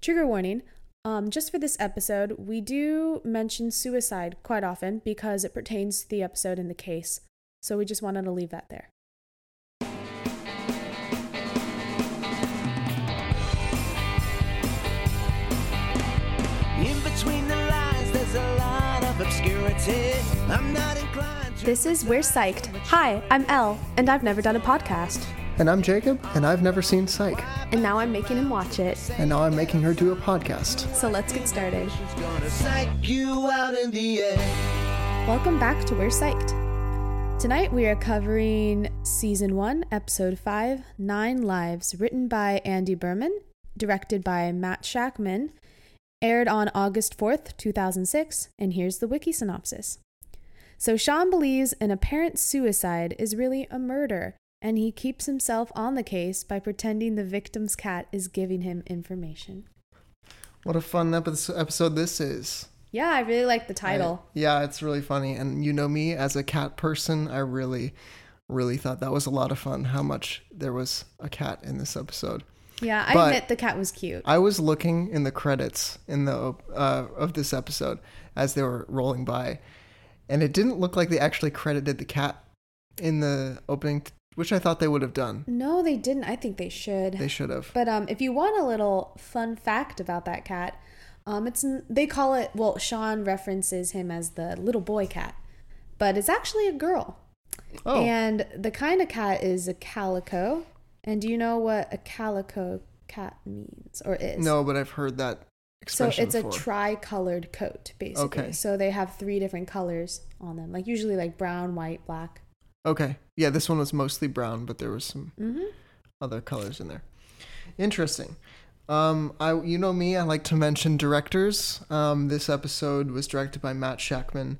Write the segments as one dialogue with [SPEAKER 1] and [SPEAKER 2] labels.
[SPEAKER 1] trigger warning. Um, just for this episode, we do mention suicide quite often because it pertains to the episode and the case. So we just wanted to leave that there.
[SPEAKER 2] In between the lines, there's a lot of obscurity. I'm not inclined to.
[SPEAKER 1] This is We're Psyched. Hi, I'm Elle, and I've never done a podcast.
[SPEAKER 3] And I'm Jacob, and I've never seen Psych.
[SPEAKER 1] And now I'm making him watch it.
[SPEAKER 3] And now I'm making her do a podcast.
[SPEAKER 1] So let's get started.
[SPEAKER 2] She's gonna psych you out in the end.
[SPEAKER 1] Welcome back to We're Psyched. Tonight we are covering Season 1, Episode 5, Nine Lives, written by Andy Berman, directed by Matt Shackman, aired on August 4th, 2006, and here's the wiki synopsis. So Sean believes an apparent suicide is really a murder, and he keeps himself on the case by pretending the victim's cat is giving him information.
[SPEAKER 3] What a fun epi- episode this is.
[SPEAKER 1] Yeah, I really like the title.
[SPEAKER 3] I- yeah, it's really funny. And you know me, as a cat person, I really, really thought that was a lot of fun how much there was a cat in this episode.
[SPEAKER 1] yeah, I
[SPEAKER 3] but-
[SPEAKER 1] admit the cat was cute.
[SPEAKER 3] I was looking in the credits in the op- uh, of this episode as they were rolling by, and it didn't look like they actually credited the cat in the opening, t- which I thought they would have done.
[SPEAKER 1] No, they didn't. I think they should.
[SPEAKER 3] They should have.
[SPEAKER 1] But um, if you want a little fun fact about that cat, um, it's n- they call it. Well, Sean references him as the little boy cat, but it's actually a girl.
[SPEAKER 3] Oh,
[SPEAKER 1] And the kind of cat is a calico. And do you know what a calico cat means or is?
[SPEAKER 3] no, but I've heard that
[SPEAKER 1] So
[SPEAKER 3] expression
[SPEAKER 1] it's a
[SPEAKER 3] before.
[SPEAKER 1] tri-colored coat, basically.
[SPEAKER 3] Okay.
[SPEAKER 1] So they have three different colors on them, like usually like brown, white, black.
[SPEAKER 3] Okay. Yeah, this one was mostly brown, but there was some
[SPEAKER 1] Mm-hmm.
[SPEAKER 3] other colors in there. Interesting. Um, I you know me, I like to mention directors. Um, this episode was directed by Matt Shackman,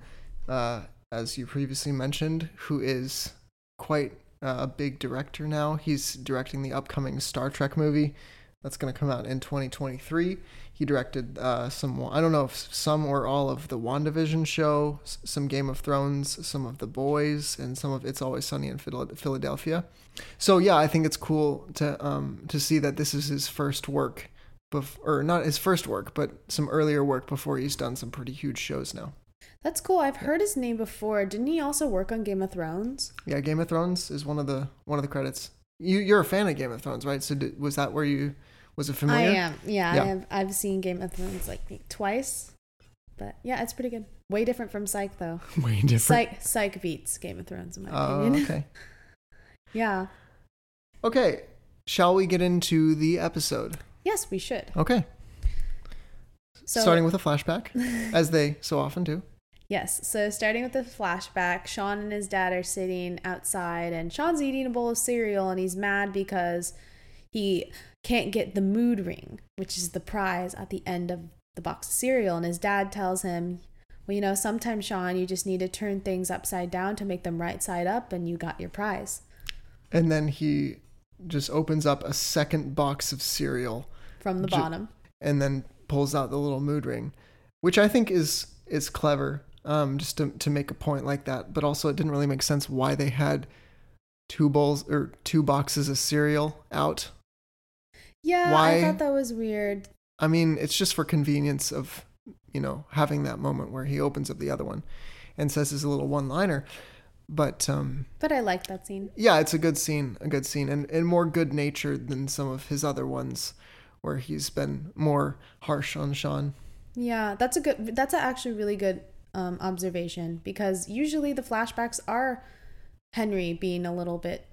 [SPEAKER 3] uh, as you previously mentioned, who is quite uh, a big director now. He's directing the upcoming Star Trek movie that's going to come out in 2023. He directed uh, some, I don't know if some or all of the WandaVision show, s- some Game of Thrones, some of The Boys, and some of It's Always Sunny in Phil- Philadelphia. So yeah, I think it's cool to um, to see that this is his first work, bef- or not his first work, but some earlier work before he's done some pretty huge shows now.
[SPEAKER 1] That's cool. I've heard his name before. Didn't he also work on Game of Thrones?
[SPEAKER 3] Yeah, Game of Thrones is one of the one of the credits. You you're a fan of Game of Thrones, right? So did, was that where you was it familiar?
[SPEAKER 1] I am. Yeah,
[SPEAKER 3] Yeah.
[SPEAKER 1] I have, I've seen Game of Thrones like twice, but yeah, it's pretty good. Way different from Psych though.
[SPEAKER 3] Way different.
[SPEAKER 1] Psych Psych beats Game of Thrones in my
[SPEAKER 3] Oh,
[SPEAKER 1] opinion.
[SPEAKER 3] okay.
[SPEAKER 1] yeah.
[SPEAKER 3] Okay. Shall we get into the episode?
[SPEAKER 1] Yes, we should.
[SPEAKER 3] Okay.
[SPEAKER 1] So
[SPEAKER 3] Starting with a flashback, as they so often do.
[SPEAKER 1] yes, so starting with the flashback, Sean and his dad are sitting outside, and Sean's eating a bowl of cereal, and he's mad because he can't get the mood ring, which is the prize at the end of the box of cereal. And his dad tells him, Well, you know, sometimes, Sean, you just need to turn things upside down to make them right side up, and you got your prize
[SPEAKER 3] And then he just opens up a second box of cereal
[SPEAKER 1] from the
[SPEAKER 3] Ju-
[SPEAKER 1] bottom.
[SPEAKER 3] and then pulls out the little mood ring, which I think is is clever, um, just to to make a point like that. But also, it didn't really make sense why they had two bowls or two boxes of cereal out.
[SPEAKER 1] Yeah, I
[SPEAKER 3] Why-
[SPEAKER 1] thought that was weird.
[SPEAKER 3] I mean, it's just for convenience of you know having that moment where he opens up the other one and says his little one liner. But um,
[SPEAKER 1] But I liked that scene.
[SPEAKER 3] yeah, it's a good scene, a good scene, and, and more good natured than some of his other ones, where he's been more harsh on Sean.
[SPEAKER 1] Yeah, that's a good. That's a actually really good um, observation because usually the flashbacks are Henry being a little bit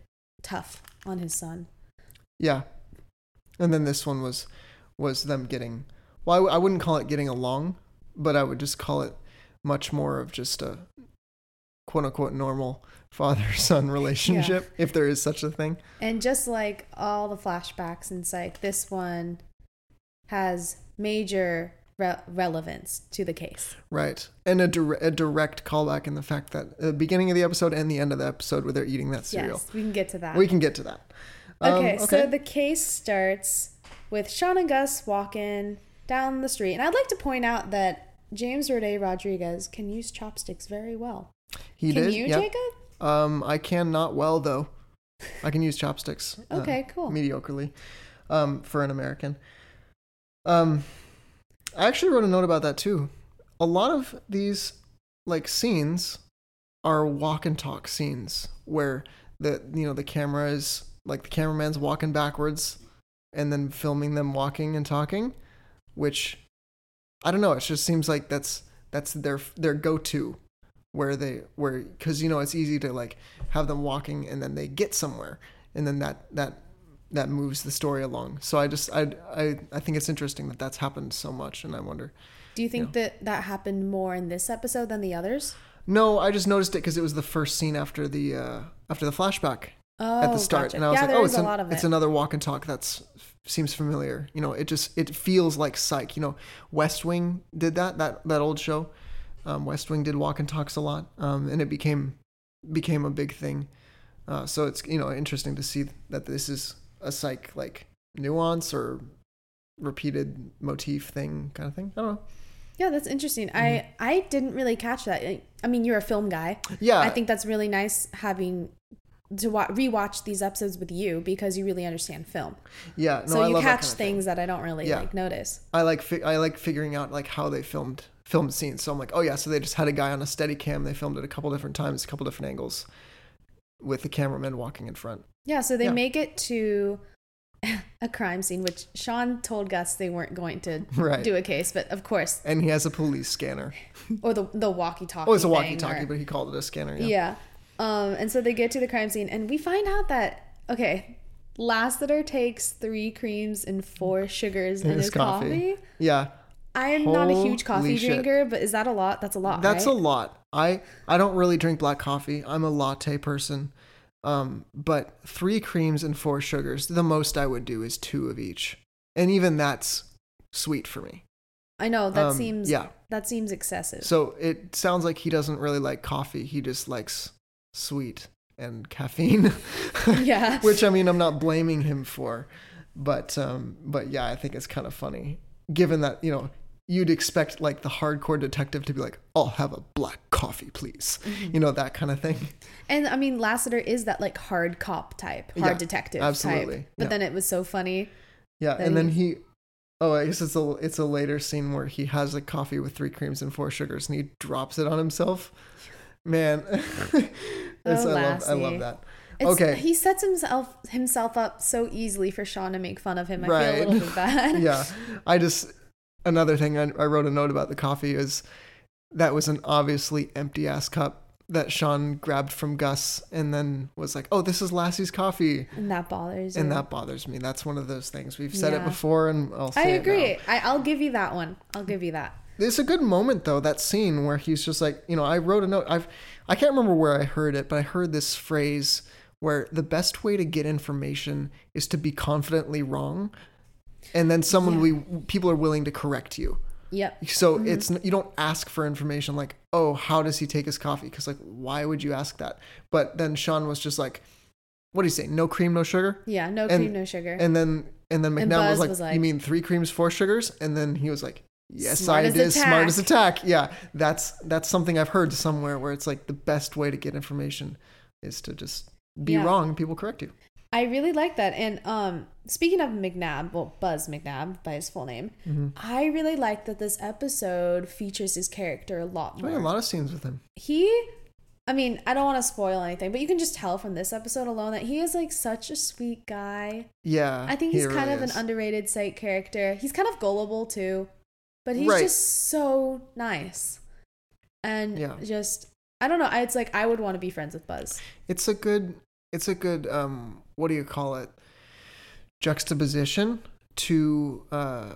[SPEAKER 1] tough on his son.
[SPEAKER 3] Yeah. And then this one was was them getting well I, w- I wouldn't call it getting along, but I would just call it much more of just a quote unquote normal father son relationship if there is such a thing.
[SPEAKER 1] And just like all the flashbacks in Psych, this one has major re- relevance to the case.
[SPEAKER 3] Right. And a, dir- a direct callback in the fact that the beginning of the episode and the end of the episode where they're eating that cereal.
[SPEAKER 1] Yes, we can get to that.
[SPEAKER 3] We can get to that. Um,
[SPEAKER 1] Okay, so the case starts with Sean and Gus walking down the street. And I'd like to point out that James Roday Rodriguez can use chopsticks very well.
[SPEAKER 3] he
[SPEAKER 1] can
[SPEAKER 3] did.
[SPEAKER 1] you,
[SPEAKER 3] yeah.
[SPEAKER 1] Jacob?
[SPEAKER 3] Um, I can not well though. I can use chopsticks. uh,
[SPEAKER 1] Okay, cool.
[SPEAKER 3] Mediocrely, um, for an American. Um, I actually wrote a note about that too. A lot of these like scenes are walk and talk scenes where the you know the camera is like the cameraman's walking backwards and then filming them walking and talking, which I don't know. It just seems like that's that's their their go to where they where because you know it's easy to like have them walking and then they get somewhere and then that that that moves the story along. So I just I I, I think it's interesting that that's happened so much, and I wonder.
[SPEAKER 1] Do you think that that happened more in this episode than the others?
[SPEAKER 3] No, I just noticed it because it was the first scene after the uh, after the flashback
[SPEAKER 1] Oh,
[SPEAKER 3] at the start,
[SPEAKER 1] gotcha.
[SPEAKER 3] and I was
[SPEAKER 1] yeah,
[SPEAKER 3] like,
[SPEAKER 1] there
[SPEAKER 3] oh,
[SPEAKER 1] was
[SPEAKER 3] it's
[SPEAKER 1] a
[SPEAKER 3] an-
[SPEAKER 1] lot of
[SPEAKER 3] it's
[SPEAKER 1] it.
[SPEAKER 3] another walk and talk that's seems familiar. You know, it just it feels like Psych. You know, West Wing did that that that old show. Um, West Wing did walk and talks a lot, um, and it became became a big thing. Uh, so it's you know interesting to see that this is a Psych like nuance or repeated motif thing kind of thing. I don't know.
[SPEAKER 1] yeah, that's interesting.
[SPEAKER 3] Mm-hmm.
[SPEAKER 1] I I didn't really catch that. I I mean, you're a film guy.
[SPEAKER 3] Yeah,
[SPEAKER 1] I think that's really nice having to wa- rewatch these episodes with you because you really understand film.
[SPEAKER 3] yeah. No,
[SPEAKER 1] so
[SPEAKER 3] I
[SPEAKER 1] you
[SPEAKER 3] love that
[SPEAKER 1] catch
[SPEAKER 3] kind of thing.
[SPEAKER 1] things that I don't really
[SPEAKER 3] Yeah.
[SPEAKER 1] like notice.
[SPEAKER 3] I like fi- I like figuring out like how they filmed filmed scenes. So I'm like, oh yeah, so they just had a guy on a steady cam. They filmed it a couple different times, a couple different angles, with the cameraman walking in front.
[SPEAKER 1] Yeah, so they
[SPEAKER 3] Yeah.
[SPEAKER 1] make it to a crime scene, which Sean told Gus they weren't going to
[SPEAKER 3] Right.
[SPEAKER 1] do a case, but of course,
[SPEAKER 3] And he has a police scanner.
[SPEAKER 1] or the the walkie-talkie.
[SPEAKER 3] Oh, it's a
[SPEAKER 1] thing, or-
[SPEAKER 3] walkie-talkie, but he called it a scanner. Yeah.
[SPEAKER 1] Yeah. Um, and so they get to the crime scene, and we find out that, okay, Lassiter takes three creams and
[SPEAKER 3] Mm.
[SPEAKER 1] four sugars in
[SPEAKER 3] There's
[SPEAKER 1] his coffee.
[SPEAKER 3] Yeah,
[SPEAKER 1] I am not a huge
[SPEAKER 3] Holy
[SPEAKER 1] coffee
[SPEAKER 3] shit.
[SPEAKER 1] drinker, but is that a lot? That's a lot.
[SPEAKER 3] that's
[SPEAKER 1] right?
[SPEAKER 3] a lot. I I don't really drink black coffee. I'm a latte person. Um, but three creams and four sugars. The most I would do is two of each, and even that's sweet for me.
[SPEAKER 1] I know that
[SPEAKER 3] um,
[SPEAKER 1] seems
[SPEAKER 3] yeah.
[SPEAKER 1] that seems excessive.
[SPEAKER 3] So it sounds like he doesn't really like coffee. He just likes sweet and caffeine.
[SPEAKER 1] Yeah.
[SPEAKER 3] Which I mean, I'm not blaming him for, but um, but yeah, I think it's kind of funny, given that you know you'd expect like the hardcore detective to be like, "I'll have a black coffee, please," you know that kind of thing.
[SPEAKER 1] And I mean, Lassiter is that like hard cop type, hard
[SPEAKER 3] Yeah,
[SPEAKER 1] detective type.
[SPEAKER 3] absolutely.
[SPEAKER 1] But
[SPEAKER 3] Yeah.
[SPEAKER 1] then it was so funny.
[SPEAKER 3] Yeah,
[SPEAKER 1] That
[SPEAKER 3] and then he. Oh, I guess it's a it's a later scene where he has a coffee with three creams and four sugars, and he drops it on himself. Man, That's- I love I
[SPEAKER 1] Oh, Lassie.
[SPEAKER 3] love that.
[SPEAKER 1] It's,
[SPEAKER 3] okay,
[SPEAKER 1] He sets himself himself up so easily for Sean to make fun of him. I feel a
[SPEAKER 3] Right.
[SPEAKER 1] little bit bad.
[SPEAKER 3] yeah. I just another thing I, I wrote a note about the coffee is that was an obviously empty ass cup that Sean grabbed from Gus and then was like, "Oh, this is Lassie's coffee,"
[SPEAKER 1] And that bothers
[SPEAKER 3] and
[SPEAKER 1] you.
[SPEAKER 3] that bothers me. That's one of those things we've said
[SPEAKER 1] Yeah.
[SPEAKER 3] it before, and I'll say
[SPEAKER 1] I
[SPEAKER 3] it now.
[SPEAKER 1] agree. I, I'll give you that one. I'll give you that.
[SPEAKER 3] It's a good moment though, that scene where he's just like, you know, I wrote a note. I've I can't remember where I heard it, but I heard this phrase where the best way to get information is to be confidently wrong, and then someone we people are willing to correct you.
[SPEAKER 1] Yep.
[SPEAKER 3] So it's you don't ask for information like, oh, how does he take his coffee? Because like, why would you ask that? But then Sean was just like, what do you say? No cream, no sugar.
[SPEAKER 1] Yeah. No
[SPEAKER 3] And-
[SPEAKER 1] cream, no sugar.
[SPEAKER 3] And then and then
[SPEAKER 1] And
[SPEAKER 3] McNabb
[SPEAKER 1] Buzz
[SPEAKER 3] was like,
[SPEAKER 1] was like-
[SPEAKER 3] you mean three creams, four sugars? And then he was like, yes,
[SPEAKER 1] Smart
[SPEAKER 3] I
[SPEAKER 1] as
[SPEAKER 3] did. Smart as
[SPEAKER 1] attack.
[SPEAKER 3] attack. Yeah, that's that's something I've heard somewhere where it's like the best way to get information is to just be
[SPEAKER 1] Yeah.
[SPEAKER 3] wrong. and People correct you.
[SPEAKER 1] I really like that. And um, speaking of McNabb, well, Buzz McNabb by his full name,
[SPEAKER 3] Mm-hmm.
[SPEAKER 1] I really like that this episode features his character a lot
[SPEAKER 3] I
[SPEAKER 1] more.
[SPEAKER 3] had Oh, a lot of scenes with him.
[SPEAKER 1] he i mean i don't want to spoil anything but you can just tell from this episode alone that he is like such a sweet guy
[SPEAKER 3] Yeah,
[SPEAKER 1] i think
[SPEAKER 3] he
[SPEAKER 1] he's kind
[SPEAKER 3] really
[SPEAKER 1] of
[SPEAKER 3] is.
[SPEAKER 1] an underrated psych character he's kind of gullible too but he's
[SPEAKER 3] Right.
[SPEAKER 1] just so nice and
[SPEAKER 3] Yeah.
[SPEAKER 1] just i don't know I- it's like i would want to be friends with buzz
[SPEAKER 3] it's a good it's a good um what do you call it juxtaposition to uh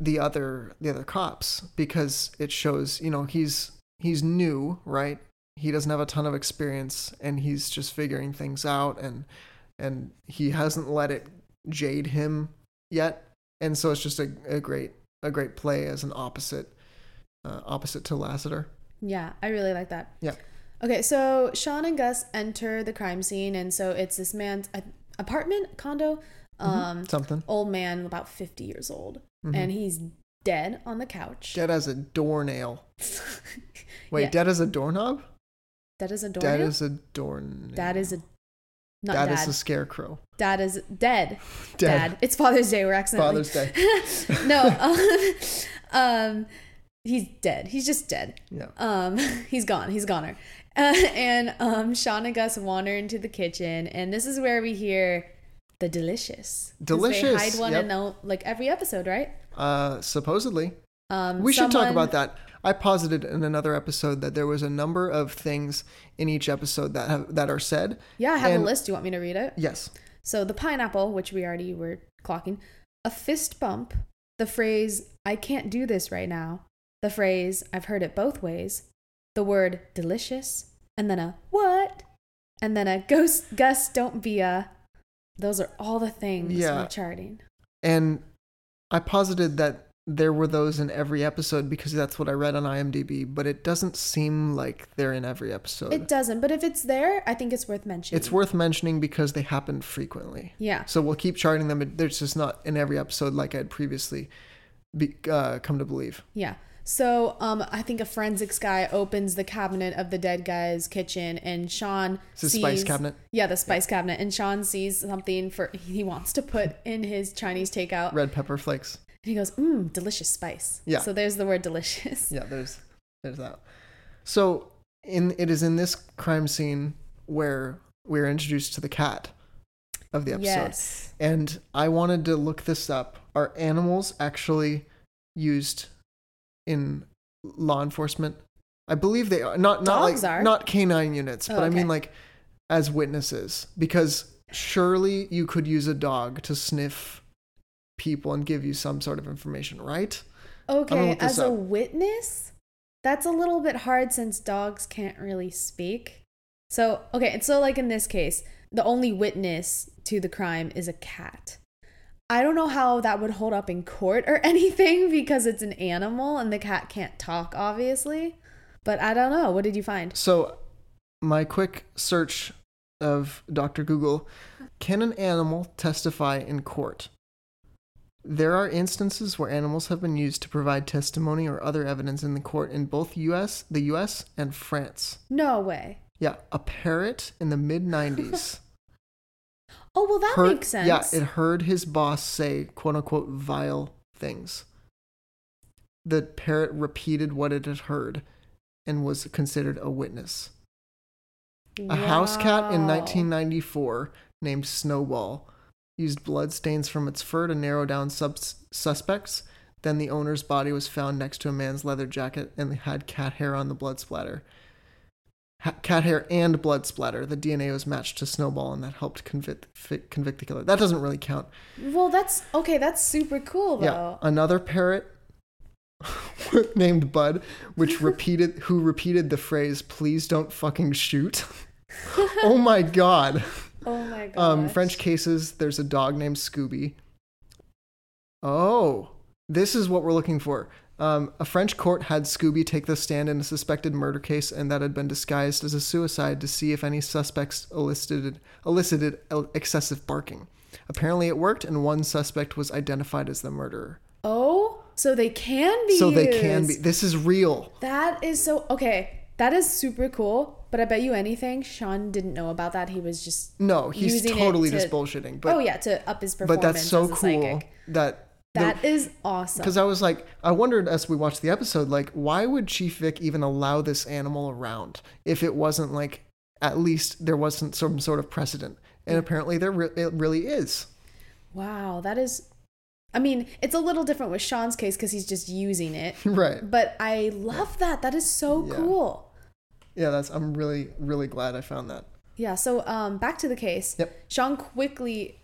[SPEAKER 3] the other the other cops because it shows you know he's he's new right he doesn't have a ton of experience and he's just figuring things out and and he hasn't let it jade him yet and so it's just a, a great a great play as an opposite uh, opposite to Lassiter
[SPEAKER 1] yeah i really like that
[SPEAKER 3] yeah
[SPEAKER 1] Okay, so Sean and Gus enter the crime scene, and so it's this man's a- apartment condo.
[SPEAKER 3] Mm-hmm.
[SPEAKER 1] Um,
[SPEAKER 3] something
[SPEAKER 1] old man, about fifty years old, and he's dead on the couch.
[SPEAKER 3] Mm-hmm. dead as Mm-hmm. a doornail wait
[SPEAKER 1] Yeah.
[SPEAKER 3] dead as a doorknob
[SPEAKER 1] That is a
[SPEAKER 3] Dead
[SPEAKER 1] doornail.
[SPEAKER 3] as a doornail.
[SPEAKER 1] That is a Not
[SPEAKER 3] Dad
[SPEAKER 1] dad.
[SPEAKER 3] is the scarecrow.
[SPEAKER 1] dad is dead.
[SPEAKER 3] Dead.
[SPEAKER 1] Dad. It's Father's Day. We're accidentally
[SPEAKER 3] Father's Day.
[SPEAKER 1] no. Um, um, he's dead. He's just dead.
[SPEAKER 3] Yeah.
[SPEAKER 1] Um, he's gone. He's goner. Uh, and um, Sean and Gus wander into the kitchen, and this is where we hear the delicious. 'Cause They
[SPEAKER 3] Delicious,
[SPEAKER 1] hide one
[SPEAKER 3] yep.
[SPEAKER 1] in the, like every episode, right?
[SPEAKER 3] Uh, supposedly.
[SPEAKER 1] Um,
[SPEAKER 3] We should talk
[SPEAKER 1] someone-
[SPEAKER 3] about that. I posited in another episode that there was a number of things in each episode that have, that are said.
[SPEAKER 1] Yeah, I have
[SPEAKER 3] And-
[SPEAKER 1] a list. Do you want me to read it?
[SPEAKER 3] Yes.
[SPEAKER 1] So the pineapple, which we already were clocking, a fist bump, the phrase "I can't do this right now," the phrase "I've heard it both ways," the word "delicious," and then a "what," and then a "ghost Gus don't be a." Those are all the things
[SPEAKER 3] Yeah.
[SPEAKER 1] we're charting.
[SPEAKER 3] And I posited that there were those in every episode because that's what I read on IMDb, but it doesn't seem like they're in every episode.
[SPEAKER 1] It doesn't, but if it's there, I think it's worth mentioning.
[SPEAKER 3] It's worth mentioning because they happen frequently.
[SPEAKER 1] Yeah.
[SPEAKER 3] So we'll keep charting them. but There's just not in every episode like I had previously be, uh, come to believe.
[SPEAKER 1] Yeah. So um, I think a forensics guy opens the cabinet of the dead guy's kitchen, and Sean
[SPEAKER 3] It's a
[SPEAKER 1] sees
[SPEAKER 3] spice cabinet.
[SPEAKER 1] Yeah, the spice cabinet, and Sean sees something for he wants to put in his Chinese takeout,
[SPEAKER 3] Red pepper flakes.
[SPEAKER 1] and he goes, "Mmm, delicious spice."
[SPEAKER 3] Yeah.
[SPEAKER 1] So there's the word delicious.
[SPEAKER 3] Yeah, there's there's that. So in it is in this crime scene where we're introduced to the cat of the episode.
[SPEAKER 1] Yes.
[SPEAKER 3] And I wanted to look this up. Are animals actually used in law enforcement? I believe they are. Not not
[SPEAKER 1] Dogs
[SPEAKER 3] like
[SPEAKER 1] are.
[SPEAKER 3] not canine units,
[SPEAKER 1] Oh,
[SPEAKER 3] but I
[SPEAKER 1] okay.
[SPEAKER 3] mean like as witnesses because surely you could use a dog to sniff people and give you some sort of information, right?
[SPEAKER 1] Okay,
[SPEAKER 3] look this
[SPEAKER 1] as a
[SPEAKER 3] up.
[SPEAKER 1] witness, that's a little bit hard since dogs can't really speak. So, okay, and so like in this case, the only witness to the crime is a cat. I don't know how that would hold up in court or anything because it's an animal and the cat can't talk, obviously. But I don't know. What did you find?
[SPEAKER 3] So, my quick search of Dr. Google can an animal testify in court? There are instances where animals have been used to provide testimony or other evidence in the court in both US, the US and France.
[SPEAKER 1] No way.
[SPEAKER 3] Yeah, a parrot in the mid 90s.
[SPEAKER 1] Oh, well, that
[SPEAKER 3] heard-
[SPEAKER 1] makes sense.
[SPEAKER 3] Yeah, it heard his boss say quote unquote vile things. The parrot repeated what it had heard and was considered a witness. A house cat in
[SPEAKER 1] Wow.
[SPEAKER 3] 1994 named Snowball used blood stains from its fur to narrow down subs- suspects. Then the owner's body was found next to a man's leather jacket and had cat hair on the blood splatter. Ha- cat hair and blood splatter. The DNA was matched to Snowball, and that helped convict fi- convict the killer. That doesn't really count.
[SPEAKER 1] Well, that's okay. That's super cool, though.
[SPEAKER 3] Yeah, another parrot named Bud, which repeated who repeated the phrase "Please don't fucking shoot." oh my god.
[SPEAKER 1] Oh, my God.
[SPEAKER 3] Um, French cases, there's a dog named Scooby. Oh, this is what we're looking for. Um, a French court had Scooby take the stand in a suspected murder case, and that had been disguised as a suicide to see if any suspects elicited, elicited el- excessive barking. Apparently, it worked, and one suspect was identified as the murderer.
[SPEAKER 1] Oh, so they can be
[SPEAKER 3] So they can be.
[SPEAKER 1] used.
[SPEAKER 3] This is real.
[SPEAKER 1] That is so okay. That is super cool. But I bet you anything, Sean didn't know about that. He was just
[SPEAKER 3] No, he's
[SPEAKER 1] using it
[SPEAKER 3] totally
[SPEAKER 1] to-
[SPEAKER 3] just bullshitting. But
[SPEAKER 1] oh yeah, to up his performance.
[SPEAKER 3] but that's
[SPEAKER 1] as
[SPEAKER 3] so
[SPEAKER 1] a
[SPEAKER 3] cool
[SPEAKER 1] Psychic.
[SPEAKER 3] that the-
[SPEAKER 1] That is awesome.
[SPEAKER 3] Because I was like, I wondered as we watched the episode, like, why would Chief Vic even allow this animal around if it wasn't like, at least there wasn't some sort of precedent? And apparently there re- it really is.
[SPEAKER 1] wow, that is. I mean, it's a little different with Sean's case because he's just using it.
[SPEAKER 3] Right.
[SPEAKER 1] But I love that. That is so
[SPEAKER 3] Yeah.
[SPEAKER 1] cool.
[SPEAKER 3] Yeah, that's, I'm really, really glad I found that.
[SPEAKER 1] Yeah. So um, back to the case.
[SPEAKER 3] Yep.
[SPEAKER 1] Sean quickly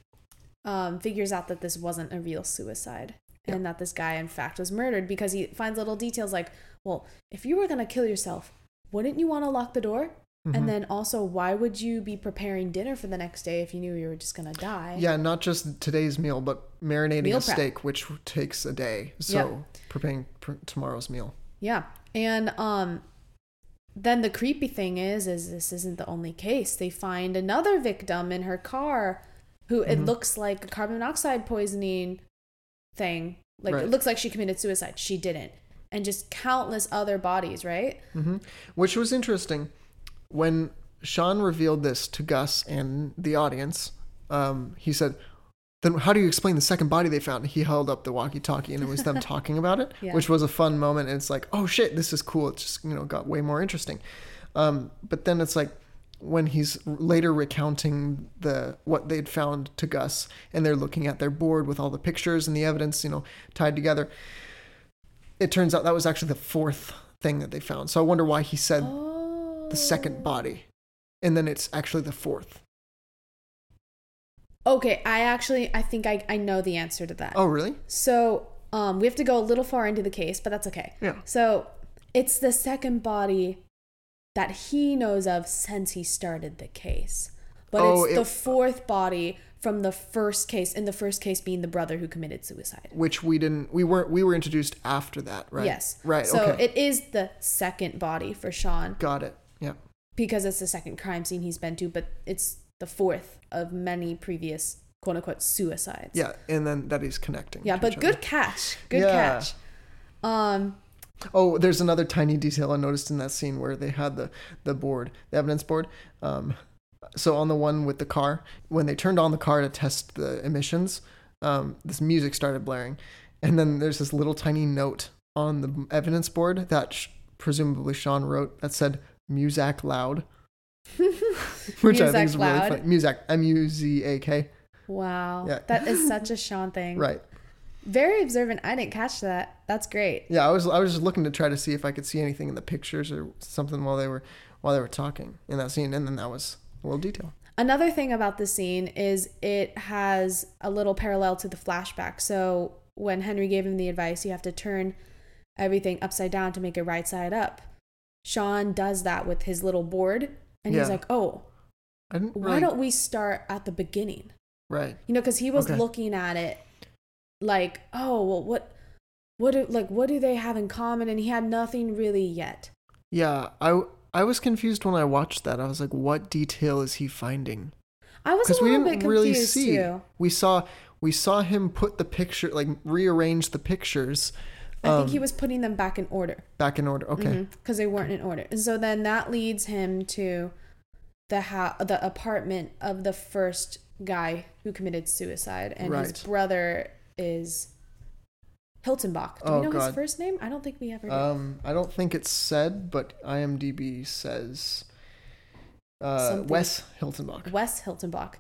[SPEAKER 1] um, figures out that this wasn't a real suicide and that this guy, in fact, was murdered because he finds little details like, well, if you were going to kill yourself, wouldn't you want to lock the door?
[SPEAKER 3] Mm-hmm.
[SPEAKER 1] And then also, why would you be preparing dinner for the next day if you knew you were just going to die?
[SPEAKER 3] Yeah, not just today's meal, but marinating
[SPEAKER 1] Meal
[SPEAKER 3] a
[SPEAKER 1] prep.
[SPEAKER 3] steak, which takes a day. So preparing pr- tomorrow's meal.
[SPEAKER 1] Yeah. And um then the creepy thing is is this isn't the only case. They find another victim in her car who
[SPEAKER 3] Mm-hmm.
[SPEAKER 1] it looks like a carbon monoxide poisoning thing. Like
[SPEAKER 3] Right.
[SPEAKER 1] it looks like she committed suicide. She didn't. And just countless other bodies, right?
[SPEAKER 3] which was interesting when Sean revealed this to Gus and the audience. Um, he said, "Then how do you explain the second body they found?" He held up the walkie-talkie, and it was them talking about it,
[SPEAKER 1] Yeah.
[SPEAKER 3] which was a fun moment. And it's like, "Oh shit, this is cool." It just you know got way more interesting. Um, but then it's like when he's later recounting the what they'd found to Gus, and they're looking at their board with all the pictures and the evidence, you know, tied together it turns out that was actually the fourth thing that they found. So I wonder why he said
[SPEAKER 1] Oh.
[SPEAKER 3] the second body, and then it's actually the fourth.
[SPEAKER 1] Okay, I actually I think I, I know the answer to that.
[SPEAKER 3] Oh, really?
[SPEAKER 1] So um, we have to go a little far into the case, but that's okay.
[SPEAKER 3] Yeah.
[SPEAKER 1] So it's the second body that he knows of since he started the case. But
[SPEAKER 3] Oh,
[SPEAKER 1] it's
[SPEAKER 3] it-
[SPEAKER 1] the fourth body from the first case, and the first case being the brother who committed suicide.
[SPEAKER 3] Which we didn't. We weren't. We were introduced after that, right?
[SPEAKER 1] Yes.
[SPEAKER 3] Right.
[SPEAKER 1] So
[SPEAKER 3] okay.
[SPEAKER 1] it is the second body for Sean
[SPEAKER 3] Got it. Yeah.
[SPEAKER 1] because it's the second crime scene he's been to, but it's the fourth of many previous quote unquote suicides.
[SPEAKER 3] Yeah. And then that is connecting.
[SPEAKER 1] Yeah,
[SPEAKER 3] to
[SPEAKER 1] but
[SPEAKER 3] each
[SPEAKER 1] good
[SPEAKER 3] other.
[SPEAKER 1] catch. Good
[SPEAKER 3] Yeah.
[SPEAKER 1] catch. Um,
[SPEAKER 3] Oh, there's another tiny detail I noticed in that scene where they had the the board, the evidence board. Um, so on the one with the car, when they turned on the car to test the emissions, um, this music started blaring, and then there's this little tiny note on the evidence board that sh- presumably Sean wrote that said "Muzak loud," which I
[SPEAKER 1] Muzak
[SPEAKER 3] think is really
[SPEAKER 1] loud?
[SPEAKER 3] funny. Muzak, M U Z A K,
[SPEAKER 1] wow.
[SPEAKER 3] Yeah.
[SPEAKER 1] That is such a Sean thing.
[SPEAKER 3] right?
[SPEAKER 1] Very observant. I didn't catch that. That's great.
[SPEAKER 3] Yeah, I was I was just looking to try to see if I could see anything in the pictures or something while they were while they were talking in that scene, and then that was a little detail.
[SPEAKER 1] Another thing about this scene is it has a little parallel to the flashback. So when Henry gave him the advice, you have to turn everything upside down to make it right side up. Sean does that with his little board, and he's
[SPEAKER 3] Yeah.
[SPEAKER 1] like, "Oh,
[SPEAKER 3] I didn't.
[SPEAKER 1] why
[SPEAKER 3] really-
[SPEAKER 1] don't we start at the beginning?"
[SPEAKER 3] right?
[SPEAKER 1] You know, because he was
[SPEAKER 3] Okay.
[SPEAKER 1] looking at it like, "Oh, well, what, what, do, like, what do they have in common?" And he had nothing really yet.
[SPEAKER 3] Yeah, I I was confused when I watched that. I was like, what detail is he finding?
[SPEAKER 1] I was a
[SPEAKER 3] Because we
[SPEAKER 1] little
[SPEAKER 3] didn't
[SPEAKER 1] bit confused
[SPEAKER 3] really see.
[SPEAKER 1] too.
[SPEAKER 3] We saw we saw him put the picture like rearrange the pictures.
[SPEAKER 1] I
[SPEAKER 3] um,
[SPEAKER 1] think he was Mm-hmm. putting them back in order.
[SPEAKER 3] back in order. Okay,
[SPEAKER 1] because they weren't in order. And so then that leads him to the ho- the apartment of the first guy who committed suicide, and his
[SPEAKER 3] Right.
[SPEAKER 1] brother is Hiltonbach. Do
[SPEAKER 3] Oh,
[SPEAKER 1] we know his
[SPEAKER 3] God.
[SPEAKER 1] first name? I don't think we ever. did.
[SPEAKER 3] um, I don't think it's said, but IMDb says uh,
[SPEAKER 1] Something-
[SPEAKER 3] Wes Hiltonbach.
[SPEAKER 1] Wes Hiltonbach,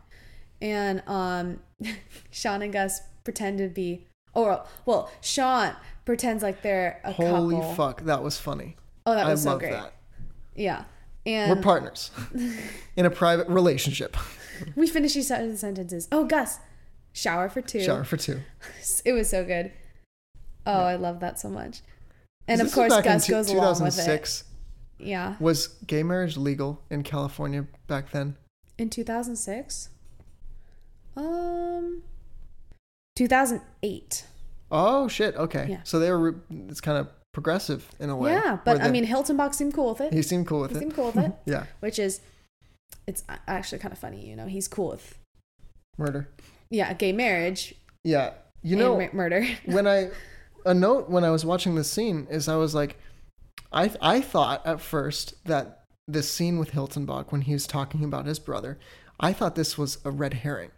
[SPEAKER 1] and um, Sean and Gus pretend to be, or well, Sean pretends like they're a
[SPEAKER 3] Holy
[SPEAKER 1] couple.
[SPEAKER 3] fuck, that was funny.
[SPEAKER 1] Oh, that
[SPEAKER 3] I
[SPEAKER 1] was so
[SPEAKER 3] love
[SPEAKER 1] great.
[SPEAKER 3] that.
[SPEAKER 1] Yeah, and
[SPEAKER 3] We're partners in a private relationship.
[SPEAKER 1] we finish each other's sentences. Oh, Gus, shower for two.
[SPEAKER 3] Shower for two.
[SPEAKER 1] It was so good. Oh, I love that so much. And of
[SPEAKER 3] This was
[SPEAKER 1] course,
[SPEAKER 3] back in
[SPEAKER 1] Gus
[SPEAKER 3] two-
[SPEAKER 1] goes along with it.
[SPEAKER 3] 2006.
[SPEAKER 1] Yeah.
[SPEAKER 3] Was gay marriage legal in California back then?
[SPEAKER 1] In 2006? Um. 2008.
[SPEAKER 3] Oh shit. Okay.
[SPEAKER 1] Yeah.
[SPEAKER 3] So they were. It's kind of progressive in a way.
[SPEAKER 1] Yeah, but
[SPEAKER 3] where
[SPEAKER 1] I
[SPEAKER 3] the-
[SPEAKER 1] mean, Hiltonbach seemed cool with it.
[SPEAKER 3] he seemed cool with
[SPEAKER 1] he
[SPEAKER 3] it.
[SPEAKER 1] seemed cool with it,
[SPEAKER 3] Yeah.
[SPEAKER 1] which is, it's a- actually kind of funny, you know. He's cool with,
[SPEAKER 3] Murder.
[SPEAKER 1] yeah, gay marriage
[SPEAKER 3] Yeah. You know,
[SPEAKER 1] and mur- murder.
[SPEAKER 3] when I a note when I was watching this scene is I was like, I I thought at first that this scene with Hiltonbach when he was talking about his brother, I thought this was a red herring.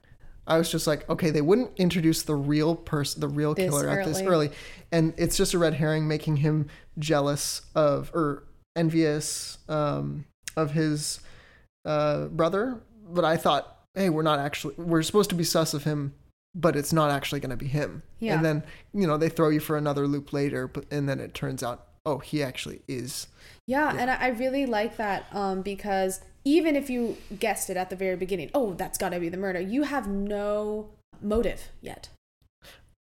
[SPEAKER 3] I was just like, okay, they wouldn't introduce the real person, the real
[SPEAKER 1] This
[SPEAKER 3] killer at this
[SPEAKER 1] early.
[SPEAKER 3] early, and it's just a red herring, making him jealous of or envious um, of his uh, brother. But I thought, hey, we're not actually we're supposed to be sus of him, but it's not actually going to be him.
[SPEAKER 1] Yeah.
[SPEAKER 3] And then you know they throw you for another loop later, but and then it turns out, oh, he actually is.
[SPEAKER 1] Yeah, and I I really like that um, because even if you guessed it at the very beginning, oh, that's got to be the murder, you have no motive yet.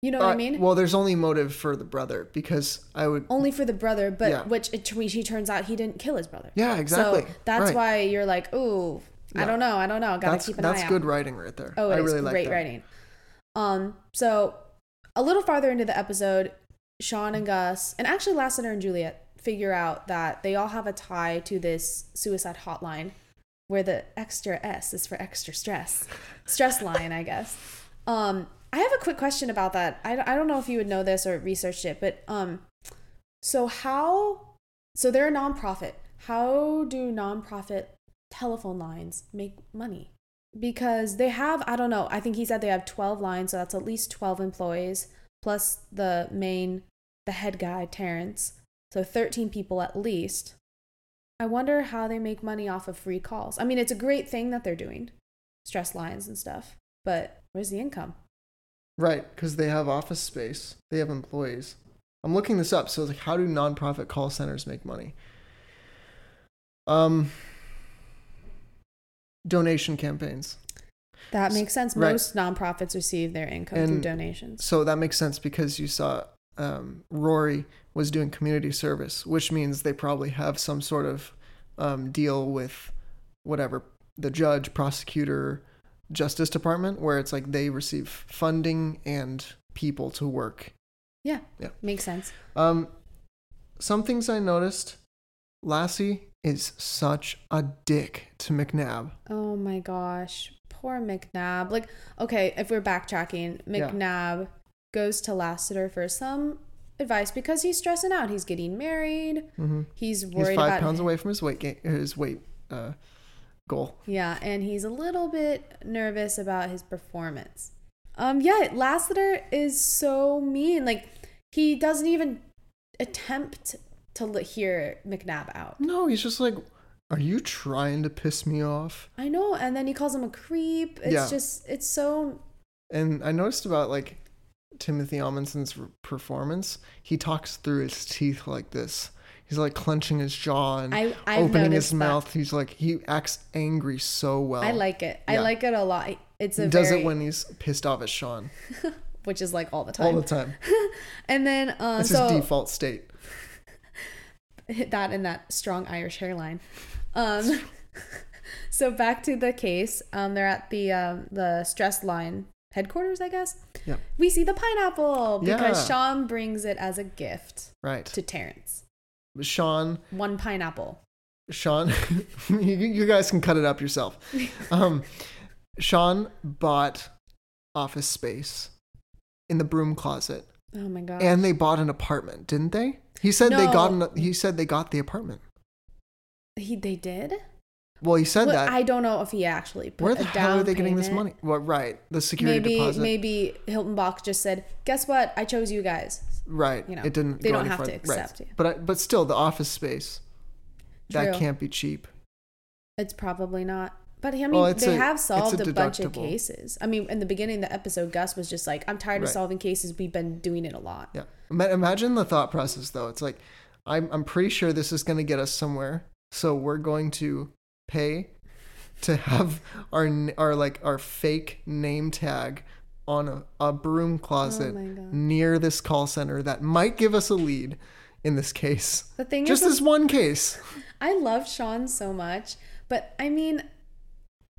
[SPEAKER 1] You know what I
[SPEAKER 3] Uh,
[SPEAKER 1] mean? Oh,
[SPEAKER 3] Well, there's only motive for the brother because I would.
[SPEAKER 1] Only for the brother, but
[SPEAKER 3] Yeah.
[SPEAKER 1] which it, which he turns out he didn't kill his brother.
[SPEAKER 3] Yeah, exactly.
[SPEAKER 1] So that's
[SPEAKER 3] Right.
[SPEAKER 1] why you're like, ooh, I
[SPEAKER 3] Yeah.
[SPEAKER 1] don't know, I don't know. Gotta
[SPEAKER 3] That's
[SPEAKER 1] keep an
[SPEAKER 3] that's
[SPEAKER 1] eye
[SPEAKER 3] good
[SPEAKER 1] out.
[SPEAKER 3] writing right there.
[SPEAKER 1] Oh,
[SPEAKER 3] I
[SPEAKER 1] it is
[SPEAKER 3] really like
[SPEAKER 1] great
[SPEAKER 3] that.
[SPEAKER 1] writing. Um, so a little farther into the episode, Sean and Gus, and actually Lassiter and Juliet, figure out that they all have a tie to this suicide hotline, where the extra S is for extra stress, stress line, I guess. Um, I have a quick question about that. I, I don't know if you would know this or researched it, but um, so how? So they're a nonprofit. How do nonprofit telephone lines make money because they have i don't know i think he said they have 12 lines so that's at least 12 employees plus the main the head guy terrence so 13 people at least i wonder how they make money off of free calls i mean it's a great thing that they're doing stress lines and stuff but where's the income
[SPEAKER 3] Right, because they have office space, they have employees. I'm looking this up. So, it's like, how do nonprofit call centers make money? Um, donation campaigns.
[SPEAKER 1] that makes sense
[SPEAKER 3] Right.
[SPEAKER 1] most nonprofits receive their income through
[SPEAKER 3] And-
[SPEAKER 1] donations
[SPEAKER 3] So that makes sense because you saw um, Rory was doing community service, which means they probably have some sort of um, deal with whatever the judge, prosecutor, justice department, where it's like they receive funding and people to work
[SPEAKER 1] yeah
[SPEAKER 3] Yeah.
[SPEAKER 1] makes sense
[SPEAKER 3] Um, some things I noticed. Lassie is such a dick to McNabb.
[SPEAKER 1] Oh my gosh. Poor McNabb. Like, okay, if we're backtracking,
[SPEAKER 3] Yeah.
[SPEAKER 1] McNabb goes to Lassiter for some advice because he's stressing out. He's getting married. He's
[SPEAKER 3] Mm-hmm. He's
[SPEAKER 1] worried
[SPEAKER 3] five
[SPEAKER 1] about
[SPEAKER 3] pounds away from his weight gain, his weight uh, goal.
[SPEAKER 1] Yeah, and he's a little bit nervous about his performance. Um yeah, Lassiter is so mean. Like he doesn't even attempt to l- hear McNabb out.
[SPEAKER 3] No, he's just like, are you trying to piss me off?
[SPEAKER 1] I know, and then he calls him a creep. It's
[SPEAKER 3] Yeah.
[SPEAKER 1] just it's so
[SPEAKER 3] And I noticed about like Timothy Almondson's r- performance. He talks through his teeth like this. He's like clenching his jaw and
[SPEAKER 1] I- I've
[SPEAKER 3] opening
[SPEAKER 1] noticed
[SPEAKER 3] his
[SPEAKER 1] that.
[SPEAKER 3] mouth. He's like he acts angry so well.
[SPEAKER 1] I like it. I
[SPEAKER 3] yeah.
[SPEAKER 1] like it a lot. It's a
[SPEAKER 3] does
[SPEAKER 1] very,
[SPEAKER 3] it when he's pissed off at Sean
[SPEAKER 1] which is like all the time.
[SPEAKER 3] all the time.
[SPEAKER 1] And then um,
[SPEAKER 3] That's
[SPEAKER 1] so
[SPEAKER 3] his default state.
[SPEAKER 1] that and that strong Irish hairline. Um, so back to the case. Um, they're at the um, the stress line headquarters, I guess.
[SPEAKER 3] Yep.
[SPEAKER 1] We see the pineapple because
[SPEAKER 3] Yeah.
[SPEAKER 1] Sean brings it as a gift
[SPEAKER 3] Right.
[SPEAKER 1] to Terrence.
[SPEAKER 3] Sean,
[SPEAKER 1] One pineapple.
[SPEAKER 3] Sean, you, you guys can cut it up yourself. Um, Sean bought office space in the broom closet,
[SPEAKER 1] Oh my god.
[SPEAKER 3] and they bought an apartment, didn't they? He said they got
[SPEAKER 1] No.
[SPEAKER 3] an. He said they got the apartment.
[SPEAKER 1] he they did.
[SPEAKER 3] Well, he said
[SPEAKER 1] Well,
[SPEAKER 3] that.
[SPEAKER 1] I don't know if he actually. Put
[SPEAKER 3] Where
[SPEAKER 1] a
[SPEAKER 3] the hell
[SPEAKER 1] down
[SPEAKER 3] are they getting this
[SPEAKER 1] payment.
[SPEAKER 3] money? Well, right, the security
[SPEAKER 1] Maybe
[SPEAKER 3] deposit.
[SPEAKER 1] maybe Hilton Bach just said, "Guess what? I chose you guys."
[SPEAKER 3] right,
[SPEAKER 1] you know,
[SPEAKER 3] it didn't.
[SPEAKER 1] they
[SPEAKER 3] go
[SPEAKER 1] don't
[SPEAKER 3] any
[SPEAKER 1] have to
[SPEAKER 3] further.
[SPEAKER 1] accept
[SPEAKER 3] Right.
[SPEAKER 1] you.
[SPEAKER 3] But I, but still, the office space that
[SPEAKER 1] True.
[SPEAKER 3] can't be cheap.
[SPEAKER 1] It's probably not. But I mean,
[SPEAKER 3] Well, it's
[SPEAKER 1] they
[SPEAKER 3] a-
[SPEAKER 1] have
[SPEAKER 3] it's
[SPEAKER 1] solved
[SPEAKER 3] a
[SPEAKER 1] a, bunch of
[SPEAKER 3] deductible.
[SPEAKER 1] cases. I mean, in the beginning of the episode, Gus was just like, I'm tired of
[SPEAKER 3] Right.
[SPEAKER 1] solving cases. We've been doing it a lot.
[SPEAKER 3] Yeah. Ima- Imagine the thought process, though. It's like, I'm, I'm pretty sure this is going to get us somewhere. So we're going to pay to have our, n- our like, our fake name tag on a, a broom closet
[SPEAKER 1] Oh my God.
[SPEAKER 3] near this call center that might give us a lead in this case.
[SPEAKER 1] The thing
[SPEAKER 3] Just
[SPEAKER 1] is,
[SPEAKER 3] this one case.
[SPEAKER 1] I love Sean so much. But I mean,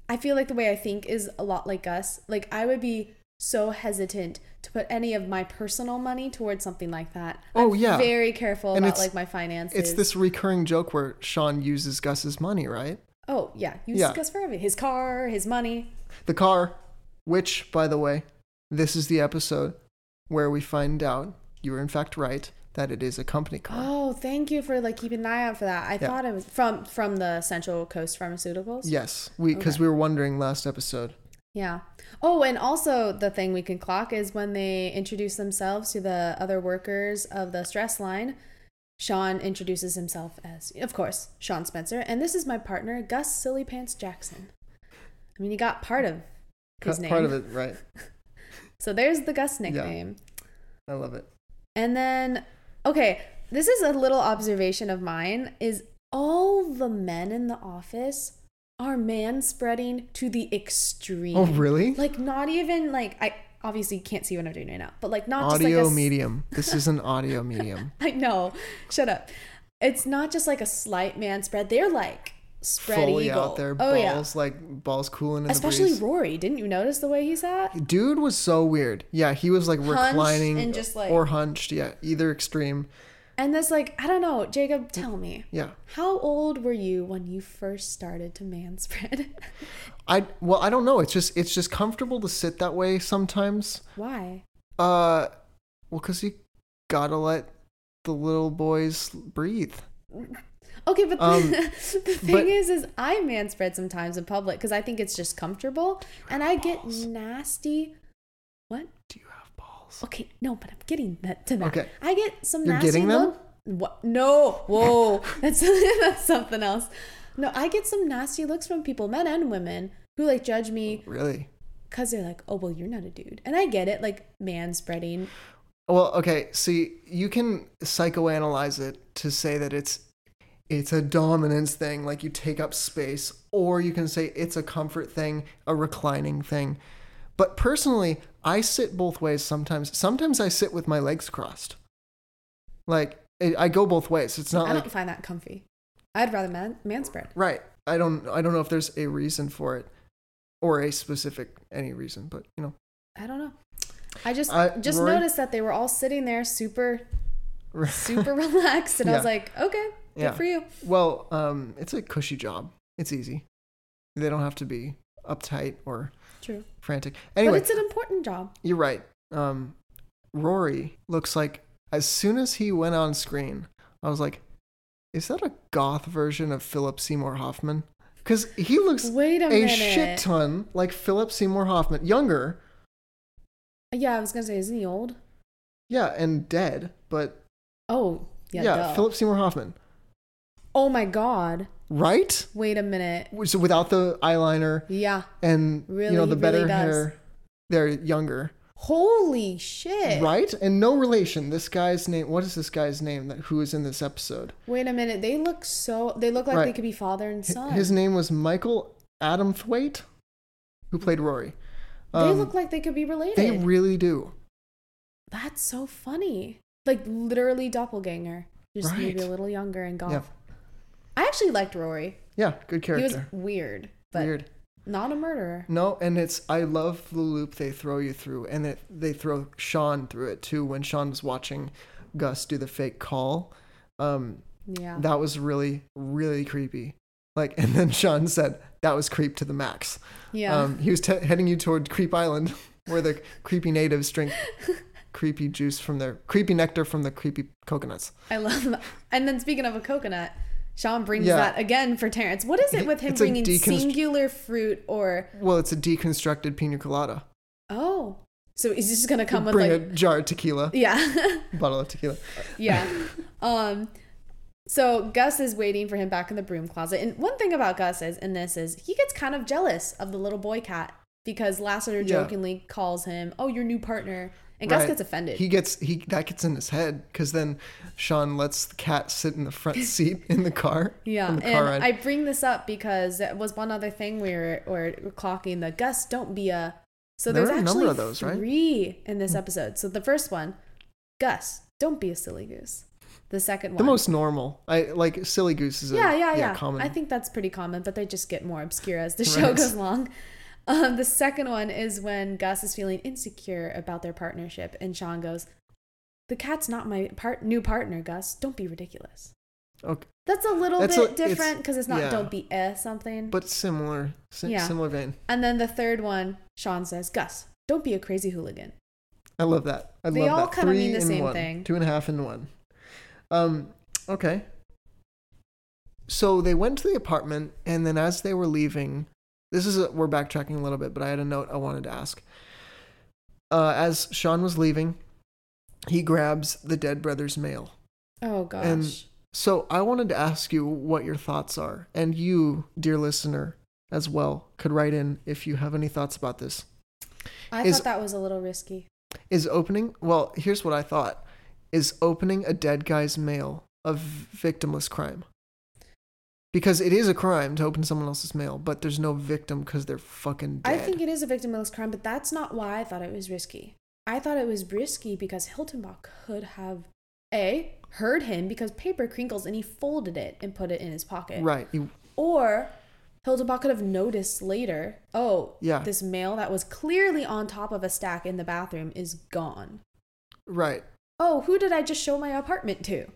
[SPEAKER 1] I feel like the way I think is a lot like Gus. Like, I would be so hesitant to put any of my personal money towards something like that.
[SPEAKER 3] Oh,
[SPEAKER 1] I'm
[SPEAKER 3] yeah.
[SPEAKER 1] Very careful
[SPEAKER 3] And
[SPEAKER 1] about
[SPEAKER 3] it's-
[SPEAKER 1] like my finances.
[SPEAKER 3] It's this recurring joke where Sean uses Gus's money, right?
[SPEAKER 1] Oh, yeah. You
[SPEAKER 3] Yeah.
[SPEAKER 1] Gus for everything his car, his money.
[SPEAKER 3] The car, which, by the way, this is the episode where we find out you were in fact right that it is a company car.
[SPEAKER 1] Oh, thank you for like keeping an eye out for that. I thought it was from from the Central Coast Pharmaceuticals.
[SPEAKER 3] Yes, we because
[SPEAKER 1] Oh. Okay.
[SPEAKER 3] we were wondering last episode.
[SPEAKER 1] Yeah. Oh, and also the thing we can clock is when they introduce themselves to the other workers of the stress line. Sean introduces himself as, of course, Sean Spencer, and this is my partner, Gus Silly Pants Jackson. I mean, he got part of his
[SPEAKER 3] Cut
[SPEAKER 1] name.
[SPEAKER 3] Part of it, right?
[SPEAKER 1] So there's the Gus nickname.
[SPEAKER 3] I love it.
[SPEAKER 1] And then, okay, this is a little observation of mine: is all the men in the office are man spreading to the extreme.
[SPEAKER 3] Oh, really?
[SPEAKER 1] Like not even like I obviously can't see what I'm doing right now, but like not
[SPEAKER 3] audio
[SPEAKER 1] just like a s-
[SPEAKER 3] medium. This is an audio medium.
[SPEAKER 1] I know. Shut up. It's not just like a slight man spread. They're like spread
[SPEAKER 3] Fully
[SPEAKER 1] eagle.
[SPEAKER 3] out there,
[SPEAKER 1] oh yeah.
[SPEAKER 3] balls like balls cooling in
[SPEAKER 1] Especially
[SPEAKER 3] the breeze.
[SPEAKER 1] Rory. Didn't you notice the way he sat?
[SPEAKER 3] Dude was so weird. Yeah, he was like reclining
[SPEAKER 1] and just, like-
[SPEAKER 3] or hunched. Yeah, either extreme.
[SPEAKER 1] And this like I don't know, Jacob. Tell me.
[SPEAKER 3] Yeah.
[SPEAKER 1] How old were you when you first started to man spread?
[SPEAKER 3] I well, I don't know. It's just it's just comfortable to sit that way sometimes.
[SPEAKER 1] Why?
[SPEAKER 3] Uh, well, cause you gotta let the little boys breathe.
[SPEAKER 1] Okay, but
[SPEAKER 3] Um,
[SPEAKER 1] the, thing
[SPEAKER 3] but-
[SPEAKER 1] is, is I man spread sometimes in public because I think it's just comfortable, and I get nasty. What?
[SPEAKER 3] Do you have balls?
[SPEAKER 1] Okay, no, but I'm getting that to that.
[SPEAKER 3] Okay.
[SPEAKER 1] I get some
[SPEAKER 3] You're
[SPEAKER 1] nasty
[SPEAKER 3] getting them?
[SPEAKER 1] look- What? No, whoa, that's that's something else. No, I get some nasty looks from people, men and women, who like judge me
[SPEAKER 3] Really?
[SPEAKER 1] because they're like, "Oh, well, you're not a dude," and I get it, like man spreading.
[SPEAKER 3] Well, okay. See, you can psychoanalyze it to say that it's it's a dominance thing, like you take up space, or you can say it's a comfort thing, a reclining thing. But personally, I sit both ways sometimes. Sometimes I sit with my legs crossed. Like it, I go both ways. It's not
[SPEAKER 1] I
[SPEAKER 3] like
[SPEAKER 1] don't find that comfy. I'd rather man man spread.
[SPEAKER 3] right. I don't I don't know if there's a reason for it or a specific any reason, but you know.
[SPEAKER 1] I don't know. I just
[SPEAKER 3] I-
[SPEAKER 1] just
[SPEAKER 3] Rory-
[SPEAKER 1] noticed that they were all sitting there super super relaxed and I was
[SPEAKER 3] Yeah.
[SPEAKER 1] like, okay, good
[SPEAKER 3] Yeah.
[SPEAKER 1] for you.
[SPEAKER 3] Well, um, it's a cushy job. It's easy. They don't have to be uptight or
[SPEAKER 1] True.
[SPEAKER 3] frantic. Anyway,
[SPEAKER 1] But it's an important job.
[SPEAKER 3] you're right. Um, Rory looks like as soon as he went on screen, I was like, "Is that a goth version of Philip Seymour Hoffman?" Because he looks
[SPEAKER 1] Wait a,
[SPEAKER 3] a
[SPEAKER 1] minute.
[SPEAKER 3] shit ton like Philip Seymour Hoffman, younger,
[SPEAKER 1] yeah, I was gonna say, isn't he old?
[SPEAKER 3] yeah, and dead, but
[SPEAKER 1] Oh, yeah.
[SPEAKER 3] yeah,
[SPEAKER 1] duh.
[SPEAKER 3] Philip Seymour Hoffman,
[SPEAKER 1] Oh my god.
[SPEAKER 3] right?
[SPEAKER 1] Wait a minute.
[SPEAKER 3] So without the eyeliner,
[SPEAKER 1] Yeah.
[SPEAKER 3] and
[SPEAKER 1] Really,
[SPEAKER 3] you know the
[SPEAKER 1] he
[SPEAKER 3] better
[SPEAKER 1] really does.
[SPEAKER 3] hair they're younger
[SPEAKER 1] Holy shit.
[SPEAKER 3] right and no relation this guy's name what is this guy's name that who is in this episode
[SPEAKER 1] Wait a minute. They look so they look like
[SPEAKER 3] Right.
[SPEAKER 1] they could be father and
[SPEAKER 3] Hi-
[SPEAKER 1] son.
[SPEAKER 3] his name was michael adamthwaite who played rory
[SPEAKER 1] they
[SPEAKER 3] Um,
[SPEAKER 1] look like they could be related.
[SPEAKER 3] they really do
[SPEAKER 1] That's so funny. Like literally doppelganger. Just maybe a
[SPEAKER 3] Right.
[SPEAKER 1] little younger and goth.
[SPEAKER 3] yeah
[SPEAKER 1] I actually liked Rory.
[SPEAKER 3] yeah good
[SPEAKER 1] Oh. He was
[SPEAKER 3] character
[SPEAKER 1] weird, but
[SPEAKER 3] weird
[SPEAKER 1] not a murderer.
[SPEAKER 3] no and it's i love the loop they throw you through and it, they throw sean through it too when sean was watching gus do the fake call um,
[SPEAKER 1] Yeah.
[SPEAKER 3] that was really really creepy like and then sean said that was creep to the max
[SPEAKER 1] yeah.
[SPEAKER 3] um, he was te- heading you toward creep island where the creepy natives drink creepy juice from their creepy nectar from the creepy coconuts
[SPEAKER 1] I love that. And then speaking of a coconut, Sean brings
[SPEAKER 3] Yeah.
[SPEAKER 1] that again for Terrence. What is it with him
[SPEAKER 3] It's a
[SPEAKER 1] bringing
[SPEAKER 3] deconstru-
[SPEAKER 1] singular fruit or
[SPEAKER 3] well it's a deconstructed pina colada
[SPEAKER 1] oh? So is this just gonna come with
[SPEAKER 3] bring
[SPEAKER 1] like
[SPEAKER 3] a jar of tequila
[SPEAKER 1] yeah,
[SPEAKER 3] bottle of tequila
[SPEAKER 1] yeah? Um, so Gus is waiting for him back in the broom closet. And one thing about Gus is in this is he gets kind of jealous of the little boy cat because Lassiter
[SPEAKER 3] Yeah.
[SPEAKER 1] jokingly calls him, "Oh, your new partner," and Gus
[SPEAKER 3] Right.
[SPEAKER 1] gets offended.
[SPEAKER 3] he gets he that gets in his head because then sean lets the cat sit in the front seat in the car
[SPEAKER 1] Yeah,
[SPEAKER 3] on
[SPEAKER 1] and
[SPEAKER 3] the car ride.
[SPEAKER 1] I bring this up because it was one other thing we were, were clocking the Gus don't be a. So
[SPEAKER 3] There
[SPEAKER 1] there's
[SPEAKER 3] are a
[SPEAKER 1] actually
[SPEAKER 3] number of those, right? Hmm.
[SPEAKER 1] three in this episode. So the first one, Gus, don't be a silly goose. The second one,
[SPEAKER 3] the most normal i like silly goose is a,
[SPEAKER 1] yeah, yeah, yeah.
[SPEAKER 3] common
[SPEAKER 1] I think that's pretty common, but they just get more obscure as the show
[SPEAKER 3] Right.
[SPEAKER 1] goes along. Um, the second one is when Gus is feeling insecure about their partnership, and Sean goes, "The cat's not my part- new partner, Gus. Don't be ridiculous."
[SPEAKER 3] okay
[SPEAKER 1] That's a little
[SPEAKER 3] That's
[SPEAKER 1] bit
[SPEAKER 3] a- it's-
[SPEAKER 1] different because it's not
[SPEAKER 3] yeah.
[SPEAKER 1] don't be a something.
[SPEAKER 3] but similar si-
[SPEAKER 1] Yeah.
[SPEAKER 3] similar vein
[SPEAKER 1] And then the third one, Sean says, Gus, don't be a crazy hooligan.
[SPEAKER 3] I love that. I
[SPEAKER 1] They
[SPEAKER 3] love
[SPEAKER 1] all
[SPEAKER 3] that.
[SPEAKER 1] kinda mean
[SPEAKER 3] Three
[SPEAKER 1] the
[SPEAKER 3] in
[SPEAKER 1] same
[SPEAKER 3] one.
[SPEAKER 1] thing.
[SPEAKER 3] Two and a half in one. Um, okay. So they went to the apartment, and then as they were leaving, this is a, we're backtracking a little bit, but I had a note I wanted to ask. Uh, as Sean was leaving, he grabs the dead brother's mail.
[SPEAKER 1] Oh, gosh.
[SPEAKER 3] And- So I wanted to ask you what your thoughts are, and you, dear listener, as well, could write in if you have any thoughts about this.
[SPEAKER 1] I
[SPEAKER 3] is-
[SPEAKER 1] thought that was a little risky.
[SPEAKER 3] is opening well here's what i thought is opening a dead guy's mail a v- victimless crime because it is a crime to open someone else's mail but there's no victim because they're fucking dead
[SPEAKER 1] I think it is a victimless crime, but that's not why I thought it was risky. I thought it was risky because Hiltonbach could have, A, heard him because paper crinkles and he folded it and put it in his pocket.
[SPEAKER 3] right you,
[SPEAKER 1] Or Hildenbach could have noticed later, oh,
[SPEAKER 3] Yeah.
[SPEAKER 1] this mail that was clearly on top of a stack in the bathroom is gone.
[SPEAKER 3] right
[SPEAKER 1] Oh, who did I just show my apartment to?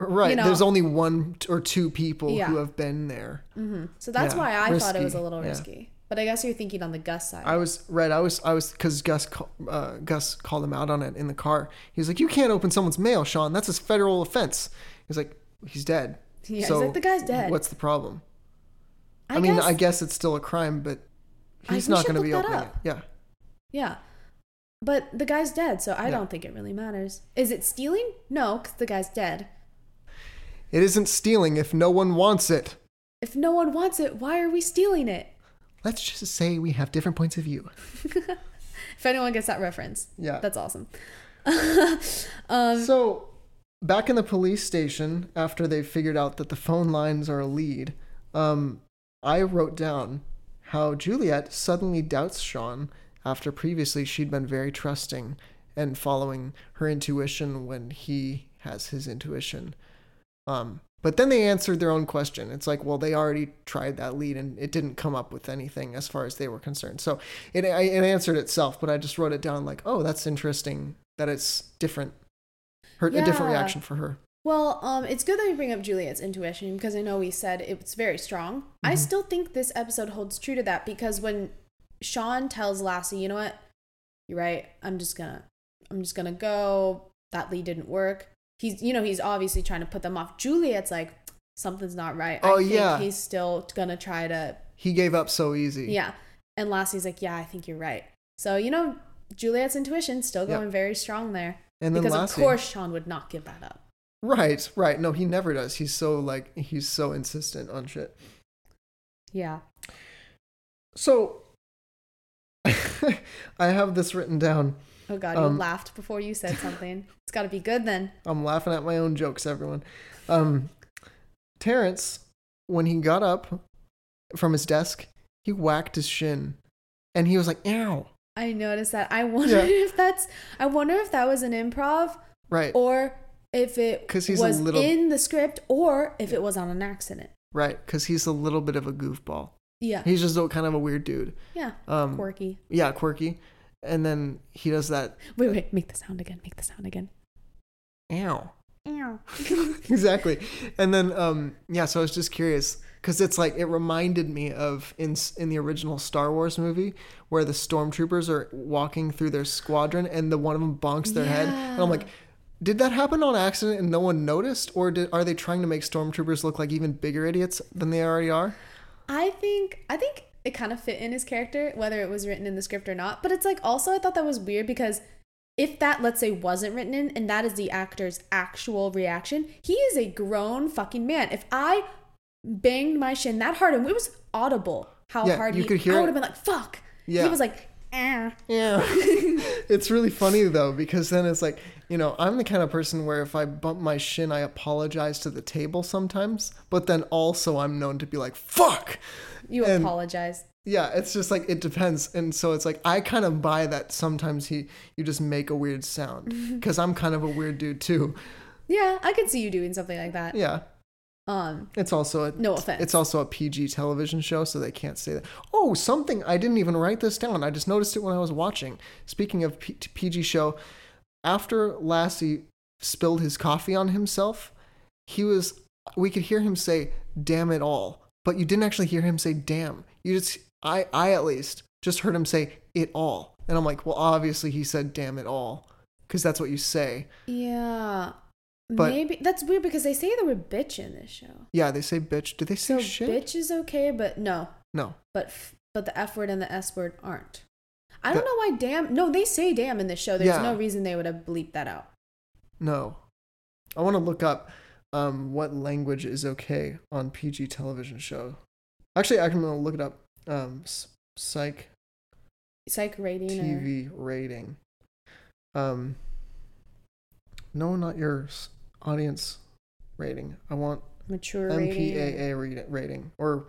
[SPEAKER 3] right
[SPEAKER 1] You know-
[SPEAKER 3] there's only one t- or two people
[SPEAKER 1] Yeah.
[SPEAKER 3] who have been there
[SPEAKER 1] So that's
[SPEAKER 3] Mm-hmm. Yeah,
[SPEAKER 1] why I thought it was
[SPEAKER 3] risky,
[SPEAKER 1] a little
[SPEAKER 3] yeah.
[SPEAKER 1] risky. But I guess you're thinking on the Gus side.
[SPEAKER 3] i was right i was i was because gus ca- uh, gus called him out on it in the car he was like you can't open someone's mail sean that's a federal offense he's like he's dead
[SPEAKER 1] Yeah,
[SPEAKER 3] so
[SPEAKER 1] he's like the guy's dead.
[SPEAKER 3] What's the problem?
[SPEAKER 1] I,
[SPEAKER 3] mean,
[SPEAKER 1] guess,
[SPEAKER 3] I guess it's still a crime, but
[SPEAKER 1] I-
[SPEAKER 3] he's
[SPEAKER 1] we should
[SPEAKER 3] not going to
[SPEAKER 1] look
[SPEAKER 3] be
[SPEAKER 1] that
[SPEAKER 3] opening
[SPEAKER 1] up.
[SPEAKER 3] it. Yeah.
[SPEAKER 1] yeah, but the guy's dead, so I
[SPEAKER 3] Yeah.
[SPEAKER 1] don't think it really matters. Is it stealing? No, because the guy's dead.
[SPEAKER 3] It isn't stealing if no one wants it.
[SPEAKER 1] If no one wants it, why are we stealing it?
[SPEAKER 3] Let's just say we have different points of view.
[SPEAKER 1] If anyone gets that reference,
[SPEAKER 3] Yeah.
[SPEAKER 1] that's awesome. Um,
[SPEAKER 3] so, back in the police station, after they figured out that the phone lines are a lead, um, I wrote down how Juliet suddenly doubts Sean after previously she'd been very trusting and following her intuition when he has his intuition. Um, but then they answered their own question. It's like, well, they already tried that lead and it didn't come up with anything as far as they were concerned. So it, I- it answered itself, but I just wrote it down like, oh, that's interesting that it's different. Her, A different
[SPEAKER 1] Yeah.
[SPEAKER 3] reaction for her.
[SPEAKER 1] Well, um, it's good that you bring up Juliet's intuition because I know we said it's very strong. I
[SPEAKER 3] Mm-hmm.
[SPEAKER 1] still think this episode holds true to that because when Sean tells Lassie, you know what, you're right. I'm just gonna, I'm just gonna go. That lead didn't work. He's, you know, he's obviously trying to put them off. Juliet's like, something's not right.
[SPEAKER 3] Oh,
[SPEAKER 1] I think
[SPEAKER 3] yeah. Mm.
[SPEAKER 1] he's still gonna try to,
[SPEAKER 3] He gave up so easy.
[SPEAKER 1] yeah. And Lassie's like, yeah, I think you're right. So you know, Juliet's intuition still
[SPEAKER 3] Yeah.
[SPEAKER 1] going very strong there.
[SPEAKER 3] And then
[SPEAKER 1] because
[SPEAKER 3] Lassie-
[SPEAKER 1] of course Sean would not give that up.
[SPEAKER 3] Right, right. No, he never does. He's so like, he's so insistent on shit.
[SPEAKER 1] Yeah.
[SPEAKER 3] So I have this written down.
[SPEAKER 1] Oh god,
[SPEAKER 3] Um,
[SPEAKER 1] you laughed before you said something. It's got to be good then.
[SPEAKER 3] I'm laughing at my own jokes, everyone. Um, Terrence, when he got up from his desk, he whacked his shin, and he was like, "Ow!"
[SPEAKER 1] I noticed that. I wonder
[SPEAKER 3] Yeah.
[SPEAKER 1] if that's. I wonder if that was an improv
[SPEAKER 3] Right,
[SPEAKER 1] or if it
[SPEAKER 3] 'Cause he's a
[SPEAKER 1] was
[SPEAKER 3] little-
[SPEAKER 1] in the script or if it was on an accident.
[SPEAKER 3] right, because he's a little bit of a goofball.
[SPEAKER 1] Yeah.
[SPEAKER 3] He's just a, kind of a weird dude.
[SPEAKER 1] yeah.
[SPEAKER 3] Um,
[SPEAKER 1] Quirky.
[SPEAKER 3] Yeah, quirky. And then he does that.
[SPEAKER 1] Wait, wait. Make the sound again. Make the sound again.
[SPEAKER 3] Ow.
[SPEAKER 1] Ow.
[SPEAKER 3] exactly. And then, um, yeah. So I was just curious because it's like it reminded me of in in the original Star Wars movie where the stormtroopers are walking through their squadron and the one of them bonks their head, and I'm like. Did that happen on accident and no one noticed, or did, are they trying to make stormtroopers look like even bigger idiots than they already are?
[SPEAKER 1] I think. I think it kind of fit in his character, whether it was written in the script or not. But it's like also I thought that was weird because. If that, let's say, wasn't written in and that is the actor's actual reaction, he is a grown fucking man. If I banged my shin that hard, and it was audible how
[SPEAKER 3] Yeah,
[SPEAKER 1] hard
[SPEAKER 3] you
[SPEAKER 1] he.
[SPEAKER 3] could hear
[SPEAKER 1] I
[SPEAKER 3] it.
[SPEAKER 1] would have been like, "Fuck."
[SPEAKER 3] Yeah.
[SPEAKER 1] He was like, "Eh."
[SPEAKER 3] Yeah. it's really funny though because then it's like, you know, I'm the kind of person where if I bump my shin, I apologize to the table sometimes, but then also I'm known to be like, "Fuck."
[SPEAKER 1] You
[SPEAKER 3] And-
[SPEAKER 1] apologize.
[SPEAKER 3] Yeah, it's just like it depends. And so it's like I kind of buy that sometimes he you just make a weird sound cuz I'm kind of a weird dude too.
[SPEAKER 1] Yeah, I could see you doing something like that.
[SPEAKER 3] Yeah.
[SPEAKER 1] Um,
[SPEAKER 3] It's also a,
[SPEAKER 1] No offense.
[SPEAKER 3] It's also a PG television show, so they can't say that. Oh, something I didn't even write this down. I just noticed it when I was watching. Speaking of P- PG show, after Lassie spilled his coffee on himself, he was. We could hear him say "damn it all," but you didn't actually hear him say "damn." You just, I, I at least just heard him say "it all," and I'm like, well, obviously he said "damn it all," because that's what you say.
[SPEAKER 1] yeah.
[SPEAKER 3] But-
[SPEAKER 1] Maybe that's weird because they say the word bitch in this show.
[SPEAKER 3] Yeah, they say "bitch." Did they say
[SPEAKER 1] So
[SPEAKER 3] shit?
[SPEAKER 1] bitch is okay, but no,
[SPEAKER 3] No.
[SPEAKER 1] but f- but the f word and the s word aren't. I don't
[SPEAKER 3] The-
[SPEAKER 1] know why damn. No, they say damn in this show. There's
[SPEAKER 3] Yeah.
[SPEAKER 1] no reason they would have bleeped that out.
[SPEAKER 3] No. I want to look up um, what language is okay on PG television show. Actually, I'm going to look it up. Um, s- psych
[SPEAKER 1] Psych rating or
[SPEAKER 3] TV rating. Um, no, not your s- audience rating. I want
[SPEAKER 1] mature rating. or-
[SPEAKER 3] MPAA re- rating. Or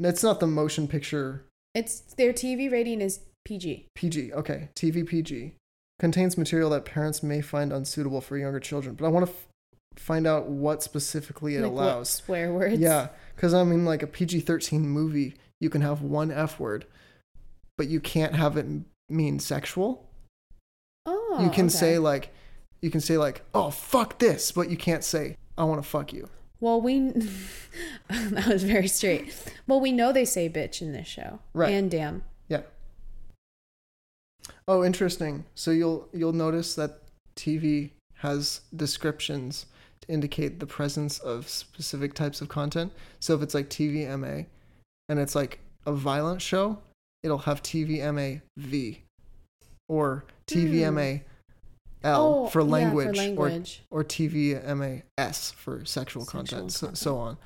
[SPEAKER 3] it's not the motion picture
[SPEAKER 1] It's their TV rating is PG.
[SPEAKER 3] PG. Okay, TV PG. Contains material that parents may find unsuitable for younger children. But I want to f- find out what specifically it
[SPEAKER 1] like what
[SPEAKER 3] allows.
[SPEAKER 1] swear words.
[SPEAKER 3] Yeah, because I mean, like a PG thirteen movie, you can have one F word, but you can't have it m- mean sexual.
[SPEAKER 1] Oh.
[SPEAKER 3] you can
[SPEAKER 1] okay.
[SPEAKER 3] say like, you can say like, oh fuck this, but you can't say I want to fuck you.
[SPEAKER 1] Well, we that was very straight. Well, we know they say bitch in this show,
[SPEAKER 3] Right.
[SPEAKER 1] And damn,
[SPEAKER 3] Yeah. Oh, interesting. So you'll you'll notice that TV has descriptions to indicate the presence of specific types of content. So if it's like TVMA and it's like a violent show, it'll have TVMA V or TVMA L
[SPEAKER 1] Hmm. Oh,
[SPEAKER 3] for
[SPEAKER 1] yeah, for
[SPEAKER 3] language,
[SPEAKER 1] language.
[SPEAKER 3] or or TVMA S for
[SPEAKER 1] Sexual
[SPEAKER 3] sexual, content, so,
[SPEAKER 1] content.
[SPEAKER 3] so on.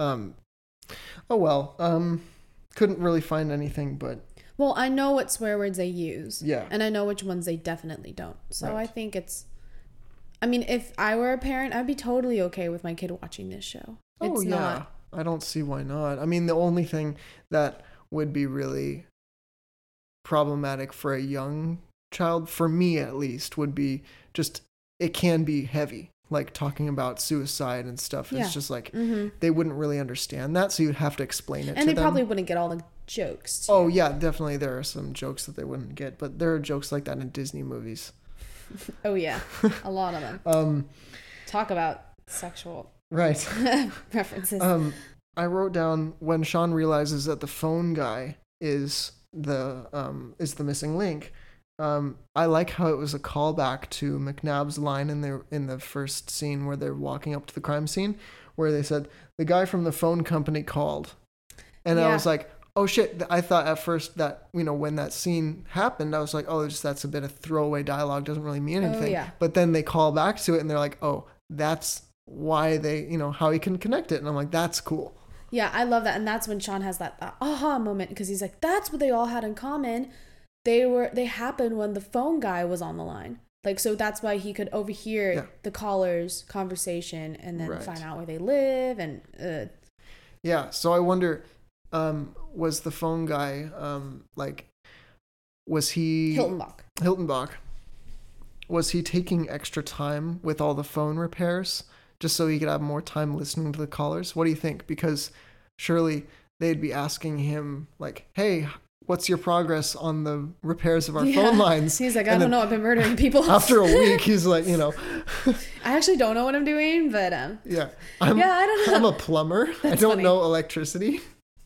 [SPEAKER 3] Um, oh well, um, couldn't really find anything, but
[SPEAKER 1] Well, I know what swear words they use.
[SPEAKER 3] Yeah.
[SPEAKER 1] And I know which ones they definitely don't. So
[SPEAKER 3] Right.
[SPEAKER 1] I think it's I mean, if I were a parent, I'd be totally okay with my kid watching this show. it's not
[SPEAKER 3] Oh, I don't see why not. I mean, the only thing that would be really problematic for a young child, for me at least, would be just it can be heavy. Like talking about suicide and stuff.
[SPEAKER 1] Yeah. Mm-hmm.
[SPEAKER 3] It's just like they wouldn't really understand that, so you'd have to explain it to
[SPEAKER 1] and they
[SPEAKER 3] them.
[SPEAKER 1] probably wouldn't get all the jokes. too.
[SPEAKER 3] Oh yeah, definitely there are some jokes that they wouldn't get, but there are jokes like that in Disney movies.
[SPEAKER 1] Oh yeah. a lot of them.
[SPEAKER 3] Um,
[SPEAKER 1] Talk about sexual
[SPEAKER 3] right.
[SPEAKER 1] references.
[SPEAKER 3] Um, I wrote down when Sean realizes that the phone guy is the um, is the missing link. Um, I like how it was a callback to McNabb's line in the in the first scene where they're walking up to the crime scene, where they said the guy from the phone company called, and I
[SPEAKER 1] Yeah.
[SPEAKER 3] was like, oh shit! Th- I thought at first that you know when that scene happened, I was like, oh, just that's a bit of throwaway dialogue, doesn't really mean
[SPEAKER 1] Oh,
[SPEAKER 3] anything.
[SPEAKER 1] yeah.
[SPEAKER 3] But then they call back to it, and they're like, oh, that's why they you know how he can connect it, and I'm like, that's cool.
[SPEAKER 1] Yeah, I love that, and that's when Sean has that, that aha moment because he's like, "That's what they all had in common. They were they happened when the phone guy was on the line. Like, so that's why he could overhear
[SPEAKER 3] Yeah.
[SPEAKER 1] the caller's conversation and then
[SPEAKER 3] Right.
[SPEAKER 1] find out where they live. And uh,
[SPEAKER 3] Yeah. So I wonder, um, was the phone guy, um, like, was he
[SPEAKER 1] Hiltonbach.
[SPEAKER 3] Hiltonbach? Was he taking extra time with all the phone repairs just so he could have more time listening to the callers? What do you think? Because surely they'd be asking him like, "Hey, what's your progress on the repairs of our phone
[SPEAKER 1] Yeah.
[SPEAKER 3] lines?"
[SPEAKER 1] He's like, I
[SPEAKER 3] And
[SPEAKER 1] don't
[SPEAKER 3] then
[SPEAKER 1] know. I've been murdering people.
[SPEAKER 3] After a week, he's like, you know,
[SPEAKER 1] I actually don't know what I'm doing, but um,
[SPEAKER 3] yeah, I'm,
[SPEAKER 1] Yeah, I don't know.
[SPEAKER 3] I'm a plumber. I don't
[SPEAKER 1] funny.
[SPEAKER 3] know electricity.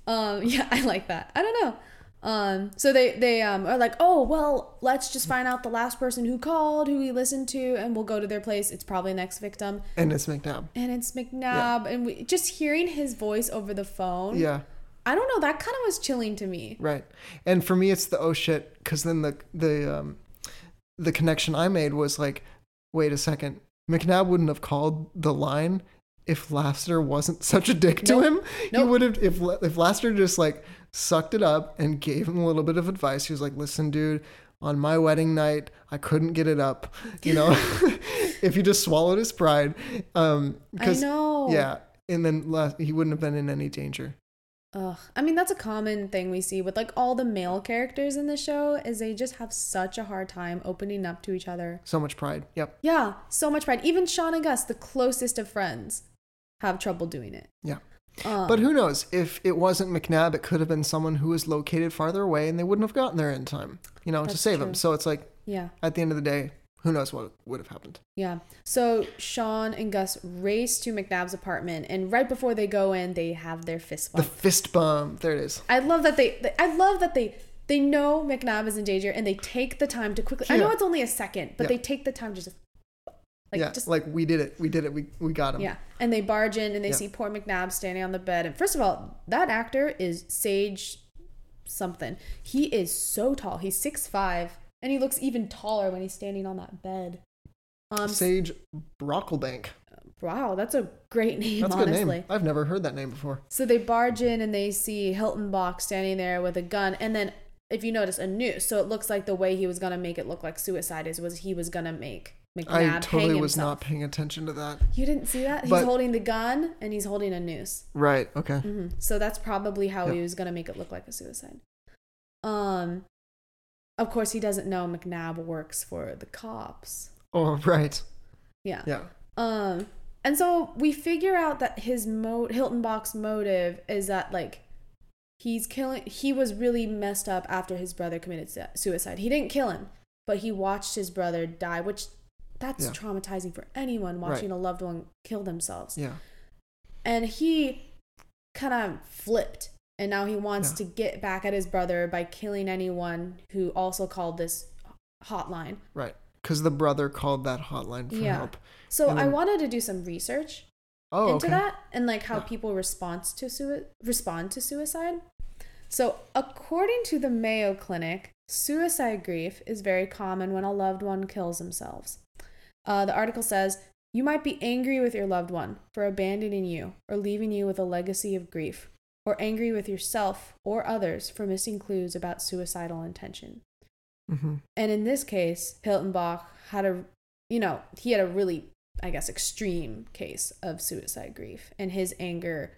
[SPEAKER 1] Um, yeah, I like that. I don't know. Um, so they they um are like, oh well, let's just find out the last person who called, who we listened to, and we'll go to their place. It's probably next victim,
[SPEAKER 3] And it's McNabb.
[SPEAKER 1] and it's McNabb. And we just hearing his voice over the phone.
[SPEAKER 3] Yeah.
[SPEAKER 1] I don't know. That kind of was chilling to me.
[SPEAKER 3] Right. And for me, it's the oh shit, because then the the um, the connection I made was like, wait a second, McNabb wouldn't have called the line if Lassiter wasn't such a dick to him. He
[SPEAKER 1] Nope.
[SPEAKER 3] would have if La- if Lassiter just like sucked it up and gave him a little bit of advice. He was like, listen, dude. On my wedding night, I couldn't get it up. You know, if he just swallowed his pride, um,
[SPEAKER 1] I
[SPEAKER 3] 'cause-
[SPEAKER 1] know.
[SPEAKER 3] yeah, and then La- he wouldn't have been in any danger.
[SPEAKER 1] Ugh. I mean, that's a common thing we see with like all the male characters in the show is they just have such a hard time opening up to each other.
[SPEAKER 3] So much pride. Yep.
[SPEAKER 1] Yeah, so much pride. Even Sean and Gus, the closest of friends, have trouble doing it.
[SPEAKER 3] Yeah.
[SPEAKER 1] Um,
[SPEAKER 3] But who knows? If it wasn't McNabb, it could have been someone who was located farther away and they wouldn't have gotten there in time, you know, to
[SPEAKER 1] That's
[SPEAKER 3] save
[SPEAKER 1] true.
[SPEAKER 3] him. So it's like,
[SPEAKER 1] Yeah,
[SPEAKER 3] at the end of the day, who knows what would have happened.
[SPEAKER 1] yeah. So Sean and Gus race to McNabb's apartment, and right before they go in, they have their fist
[SPEAKER 3] The
[SPEAKER 1] bump.
[SPEAKER 3] fist bump. There it is.
[SPEAKER 1] I love that they. they- I love that they. They know McNabb is in danger, and they take the time to quickly. I know
[SPEAKER 3] Yeah.
[SPEAKER 1] it's only a second, but
[SPEAKER 3] Yeah.
[SPEAKER 1] they take the time to just, like,
[SPEAKER 3] yeah.
[SPEAKER 1] just
[SPEAKER 3] like, we did it. We did it. We, we got him.
[SPEAKER 1] yeah. And they barge in, and they
[SPEAKER 3] Yeah.
[SPEAKER 1] see poor McNabb standing on the bed. And first of all, that actor is Sage, something. He is so tall. He's six five, and he looks even taller when he's standing on that bed. Um,
[SPEAKER 3] Sage Brocklebank.
[SPEAKER 1] Wow, that's a great name,
[SPEAKER 3] That's a good
[SPEAKER 1] honestly.
[SPEAKER 3] name. I've never heard that name before.
[SPEAKER 1] So they barge in and they see Hilton Bach standing there with a gun and then if you notice a noose. So it looks like the way he was gonna make it look like suicide is was he was gonna make McNabb
[SPEAKER 3] I totally
[SPEAKER 1] hang
[SPEAKER 3] was
[SPEAKER 1] himself.
[SPEAKER 3] not paying attention to that.
[SPEAKER 1] You didn't see that? He's
[SPEAKER 3] But-
[SPEAKER 1] holding the gun and he's holding a noose. Mm-hmm.
[SPEAKER 3] Right. Okay.
[SPEAKER 1] Mm. So that's probably how he
[SPEAKER 3] Yeah.
[SPEAKER 1] was gonna make it look like a suicide. Um of course he doesn't know McNabb works for the cops.
[SPEAKER 3] Oh, right.
[SPEAKER 1] Yeah.
[SPEAKER 3] Yeah.
[SPEAKER 1] Um, and so we figure out that his mo Hilton Bach's motive is that like he's killing. He was really messed up after his brother committed su- suicide. He didn't kill him, but he watched his brother die, which that's
[SPEAKER 3] Yeah.
[SPEAKER 1] traumatizing for anyone
[SPEAKER 3] Right.
[SPEAKER 1] watching a loved one kill themselves.
[SPEAKER 3] Yeah.
[SPEAKER 1] And he kind of flipped. And now he wants
[SPEAKER 3] Yeah.
[SPEAKER 1] to get back at his brother by killing anyone who also called this hotline.
[SPEAKER 3] Right. because the brother called that hotline for
[SPEAKER 1] yeah.
[SPEAKER 3] help.
[SPEAKER 1] So
[SPEAKER 3] And
[SPEAKER 1] I
[SPEAKER 3] then-
[SPEAKER 1] wanted to do some research
[SPEAKER 3] Oh,
[SPEAKER 1] into
[SPEAKER 3] okay.
[SPEAKER 1] that and like how people respond to sui- respond to suicide. So, according to the Mayo Clinic, suicide grief is very common when a loved one kills themselves. Uh, the article says you might be angry with your loved one for abandoning you or leaving you with a legacy of grief, or angry with yourself or others for missing clues about suicidal intention.
[SPEAKER 3] Mhm.
[SPEAKER 1] And in this case, Hiltonbach had a, you know, he had a really, I guess, extreme case of suicide grief, and his anger